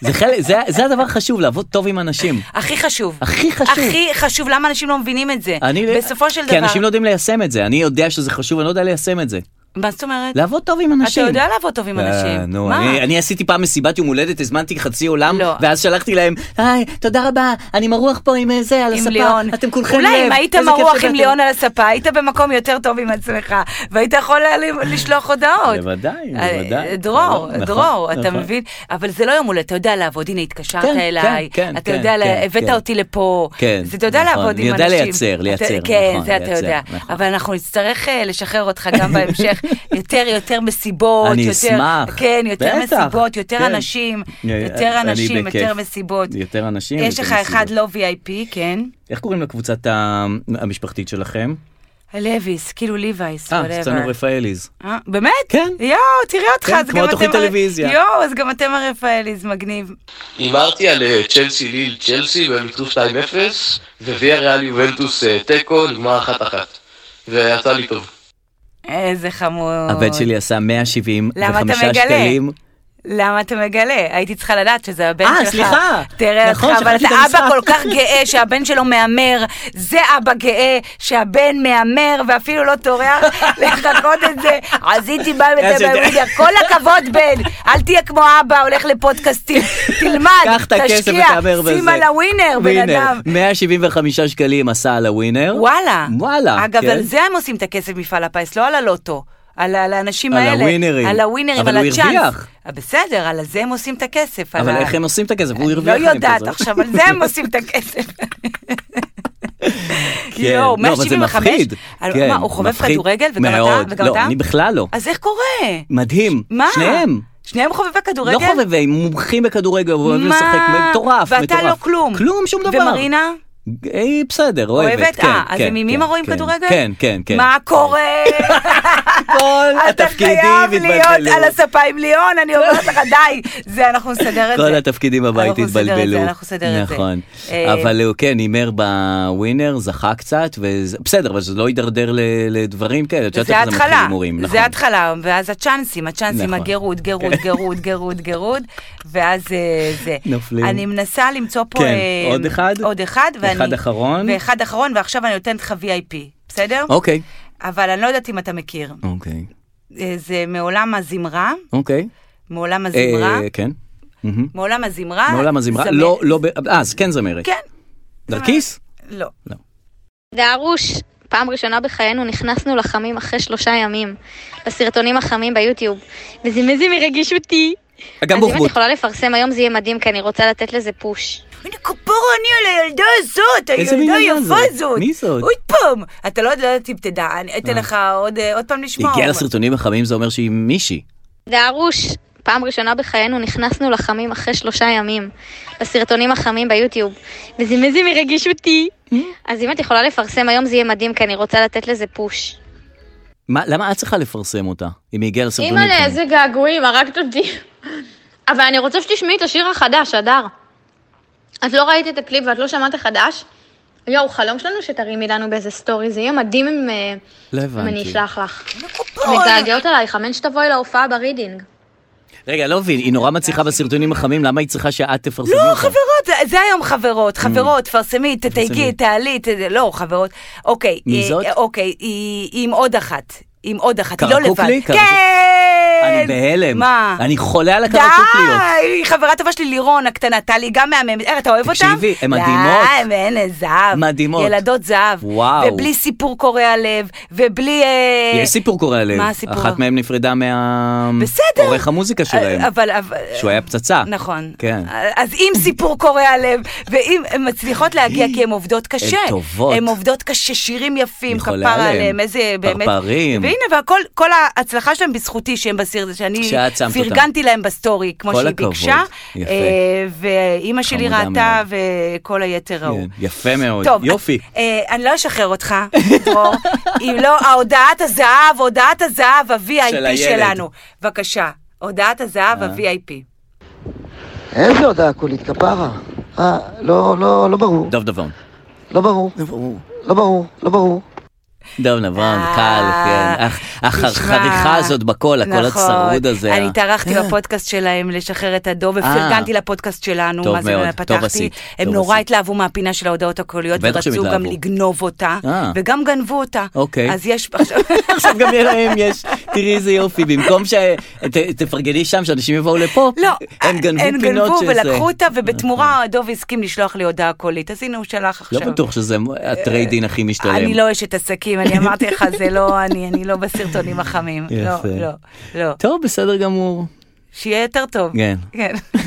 C: זה, חלק, זה, זה הדבר החשוב, לעבוד טוב עם אנשים.
B: הכי חשוב.
C: הכי חשוב.
B: הכי חשוב, למה אנשים לא מבינים את זה?
C: אני,
B: בסופו של
C: כי
B: דבר...
C: אנשים לא יודעים ליישם את זה. אני יודע שזה חשוב, אני לא יודע ליישם את זה.
B: מה זאת אומרת?
C: לעבוד טוב עם אנשים.
B: אתה יודע לעבוד טוב עם
C: אה,
B: אנשים.
C: נו,
B: מה?
C: אני, אני עשיתי פעם מסיבת יום הולדת, הזמנתי חצי עולם,
B: לא.
C: ואז שלחתי להם, היי, תודה רבה, אני מרוח פה עם אה, זה, על
B: עם
C: הספה,
B: ליאון.
C: אתם כולכם לב,
B: אולי אם היית
C: איזה כיף
B: מרוח עם
C: שבאתם."
B: ליאון על הספה, היית במקום יותר טוב עם עצמך, והיית יכול היה ל- לשלוח הודעות.
C: בוודאי,
B: אה,
C: בוודאי.
B: דרור,
C: נכון,
B: דרור, אתה
C: נכון.
B: מבין? אבל זה לא יום הולדת, אתה יודע לעבוד, הנה התקשרת
C: כן,
B: אליי,
C: כן, כן,
B: אתה
C: כן,
B: יודע, לה-
C: כן,
B: הבאת
C: כן.
B: אותי לפה,
C: כן,
B: זה אתה יודע
C: נכון,
B: לעבוד
C: אני
B: עם
C: יודע
B: אנשים.
C: לייצר,
B: אתה-
C: לייצר,
B: כן,
C: נכון,
B: זה אתה
C: לייצר,
B: יודע.
C: נכון.
B: אבל אנחנו נצטרך אה, לשחרר אותך גם בהמשך, יותר יותר מסיבות,
C: אני
B: יותר-
C: אשמח.
B: כן, יותר
C: בטח,
B: מסיבות, יותר
C: כן.
B: אנשים,
C: אני-
B: יותר
C: אני
B: אנשים,
C: בכיף.
B: יותר מסיבות.
C: יותר אנשים,
B: יש
C: יותר
B: לך אחד
C: מסיבות.
B: לא VIP, כן?
C: איך קוראים לקבוצת ה- המשפחתית שלכם?
B: לוויס, כאילו ליווייס,
C: אה,
B: whatever.
C: אצלנו רפאליז.
B: אה, באמת?
C: כן.
B: יואו, תראה אותך.
C: כן,
B: אז
C: כמו
B: גם
C: התוכנית
B: אתם הר-
C: טלוויזיה.
B: יואו, אז גם אתם הרפאליז, מגניב.
G: הימרתי על אה, צ'לסי ליל צ'לסי במטרוף 2-0 וויה ריאל יובנטוס אה, תיקו נגמר 1-1 ויצא לי טוב
B: איזה חמוד.
C: הבן שלי עשה 175
B: למה אתה מגלה?
C: שקלים.
B: למה אתה מגלה? הייתי צריכה לדעת שזה הבן
C: אה,
B: שלך.
C: סליחה.
B: תראה אותך,
C: נכון,
B: אבל
C: שכחתי
B: אתה
C: את
B: אבא
C: המשחק.
B: כל כך גאה שהבן שלו מהמר. זה אבא גאה שהבן מהמר ואפילו לא טורח לחכות את זה. עזיתי בה ואת
C: איזה-
B: הבעיה. כל הכבוד, בן. אל תהיה כמו אבא, הולך לפודקאסטים. תלמד,
C: קח את הכסף
B: תשקיע,
C: ותהמר בזה.
B: שים על הווינר, בן
C: ווינר.
B: אדם.
C: 175 שקלים עשה על הווינר.
B: וואלה.
C: אה? וואלה.
B: אגב,
C: כן.
B: על זה הם עושים את הכסף מפעל הפיס, לא על הלוטו. על, על האנשים
C: על
B: האלה.
C: הווינרים.
B: על הווינרים,
C: אבל
B: על
C: הוא
B: הצ'אנס.
C: הרוויח.
B: אה, בסדר, על זה הם עושים את הכסף.
C: אבל
B: על
C: איך הם עושים את הכסף? הוא
B: אני לא
C: הרוויח. להם את
B: יודעת
C: זה.
B: עכשיו, על זה הם עושים את הכסף.
C: כן.
B: יואו,
C: לא, אבל זה
B: 175?
C: מפחיד.
B: על-
C: כן,
B: מה, הוא חובב
C: מפחיד
B: כדורגל וגם אתה?
C: מאוד.
B: וגם
C: לא,
B: אתה?
C: אני בכלל לא.
B: אז איך קורה?
C: מדהים.
B: מה?
C: שניהם.
B: שניהם חובבי כדורגל?
C: לא חובבי, מומחים בכדורגל, אוהבים
B: מה?
C: לשחק, מטורף, מטורף.
B: ואתה לא כלום.
C: כלום, שום דבר.
B: ומרינה?
C: היא בסדר, אוהבת,
B: אוהבת?
C: כן,
B: אה, אז
C: כן,
B: הם עם אימא
C: כן,
B: רואים
C: כן,
B: כדורגל?
C: כן, כן, כן.
B: מה קורה?
C: כל
B: אתה
C: התפקידים
B: חייב להיות
C: התבלבלו.
B: על הספה עם ליאון, אני אומרת לך, די, זה אנחנו נסדר את זה.
C: כל התפקידים בבית
B: אנחנו נסדר את זה,
C: התבלבלו.
B: אנחנו נסדר את זה.
C: נכון.
B: אה,
C: אבל הוא כן הימר בווינר, זכה קצת, וזה- בסדר, אבל זה לא הידרדר ל- לדברים כאלה. את יודעת
B: זה
C: איך מתחיל
B: ההתחלה,
C: הימורים, נכון.
B: זה ההתחלה, ואז הצ'אנסים, הצ'אנסים,
C: נכון.
B: הגרות, גרות, גרות, גרות, גרות, ואז אה, זה.
C: נופלים.
B: אני מנסה למצוא פה...
C: כן,
B: אה,
C: עוד אחד?
B: עוד אחד, ואני...
C: אחד אחרון?
B: ואחד אחרון, ועכשיו אני נותנת לך VIP, בסדר?
C: אוקיי,
B: אבל אני לא יודעת אם אתה מכיר.
C: אוקיי,
B: אה, זה מעולם הזמרה,
C: אוקיי.
B: מעולם הזמרה,
C: אה, כן. מהמם.
B: מעולם הזמרה.
C: מעולם הזמרה,
B: זמר-
C: לא, לא, ב- אה, אז כן זמרת.
B: אה, כן,
C: דרכיס?
B: לא.
H: דהרוש, פעם ראשונה בחיינו נכנסנו לחמים אחרי שלושה ימים, לסרטונים החמים ביוטיוב, וזה מזה מרגיש אותי.
C: גם
H: אז אם את
C: בוחבוט.
H: יכולה לפרסם היום זה יהיה מדהים, כי אני רוצה לתת לזה פוש.
B: הנה כפרה אני על הילדה הזאת,
C: איזה
B: הילדה
C: מין ילדה
B: היפה
C: זאת?
B: זאת.
C: מי זאת?
B: עוד פעם. אתה לא יודעת אם תדע, אני אתן לך עוד אה, עוד פעם
C: היא
B: לשמוע.
C: הגיעה לסרטונים החמים, זה אומר שהיא מישהי.
H: דהרוש, פעם ראשונה בחיינו נכנסנו לחמים אחרי שלושה ימים, לסרטונים החמים ביוטיוב, וזה מזה מרגיש אותי. אז אם את יכולה לפרסם היום זה יהיה מדהים, כי אני רוצה לתת לזה פוש.
C: מה, למה את צריכה לפרסם אותה? אם היא הגיעה לסרטונים
I: אימא'לה,
C: החמים.
I: איזה געגועים, הרגת אותי. אבל אני רוצה שתשמעי את השיר החדש, הדר. את לא ראית את הקליפ ואת לא שמעת חדש? יואו, חלום שלנו שתרימי לנו באיזה סטורי, זה יהיה מדהים אם, אה,
C: לא
I: אם אני
C: הבנתי.
I: אשלח לך.
B: הנה כפרה. לא,
I: מתגעגעות אלייך, אמן שתבואי להופעה ברידינג.
C: רגע, לא מבין, היא נורא מצליחה בסרטונים החמים, למה היא צריכה שאת תפרסמי
B: לא,
C: אותם?
B: חברות, זה- זה היום חברות, חברות, תפרסמי,
C: תפרסמי.
B: תתייגי, תעלי, ת- לא, חברות. אוקיי.
C: מי
B: אה,
C: זאת?
B: אוקיי, היא היא עם עוד אחת. היא עם עוד אחת, היא לא לבד.
C: קרקופלי? קרקופ-
B: כן!
C: אני בהלם.
B: מה?
C: אני חולה על
B: די!
C: הקרקופליות.
B: היא חברה טובה שלי, לירון הקטנה, טלי, גם מהממת. אה, אתה אוהב אותה?
C: תקשיבי, הן מדהימות.
B: די, הן הן זהב.
C: מדהימות.
B: ילדות זהב.
C: וואו.
B: ובלי סיפור קורע לב, ובלי... אה,
C: יש סיפור קורע לב.
B: מה הסיפור?
C: אחת מהן נפרדה מה...
B: בסדר.
C: עורך המוזיקה שלהם.
B: אבל... אבל-
C: שהוא היה פצצה.
B: נכון.
C: כן.
B: אז אם סיפור קורע לב, ואם הן מצליחות להגיע כי הן עובדות קשה.
C: הן טובות.
B: הן עובדות קשה, שירים יפים,
C: אני חולה
B: כפרה
C: עליהן.
B: עליהם, איזה באמת...
C: פרפרים.
B: והנה, והכל, כל ההצלחה שלהם בזכותי שהם בסיר, שאני
C: שאת שמת
B: פרגנתי להם בסטורי, כמו
C: כל
B: שהיא
C: הכבוד.
B: ביקשה.
C: יפה.
B: אה, ואימא שלי
C: חמודה
B: ראתה, וכל היתר ראו.
C: כן, יפה מאוד.
B: טוב,
C: יופי.
B: אה, אני לא אשחרר אותך, דרור, אם לא, ההודעת הזהב, הודעת הזהב,
C: של
B: ה-VIP
C: הילד. אה.
B: שלנו. בבקשה, הודעת הזהב, ה-VIP.
J: איזה הודעה קולית, כפרה. אה, לא, לא, לא ברור.
C: דב דבון.
J: לא ברור. לא ברור, לא ברור.
C: דב נברון,
B: אה,
C: קל, כן. אך- אך
B: תשמע,
C: החריכה הזאת בקול, הקול
B: נכון.
C: הצרוד הזה. אה.
B: אני התארחתי בפודקאסט שלהם לשחרר את הדוב, ופרגנתי לפודקאסט שלנו,
C: טוב
B: מה זה
C: מאוד,
B: לא
C: טוב
B: פתחתי.
C: עשית,
B: הם
C: טוב
B: נורא
C: עשית.
B: התלהבו מהפינה של ההודעות הקוליות,
C: בטח שהם
B: ורצו גם
C: התלהבו.
B: לגנוב אותה,
C: אה.
B: וגם גנבו אותה.
C: אוקיי.
B: אז יש עכשיו...
C: עכשיו גם להם יש, תראי איזה יופי, במקום שתפרגני שם, שאנשים יבואו לפה,
B: לא,
C: הם גנבו
B: הם
C: פינות
B: גנבו
C: שזה... נכון.
B: ולקחו אותה, ובתמורה הדוב הסכים לשלוח לי הודעה קולית, אז הנה הוא שלח עכשיו.
C: לא בטוח שזה הטריידין הכי משתלם.
B: אני לא אשת עסקים, אני אמרתי לך, זה לא אני, אני לא בסרטונים החמים. לא,
C: יפה.
B: לא, לא.
C: טוב, בסדר גמור.
B: כן. שיהיה יותר טוב.
C: כן.
B: כן.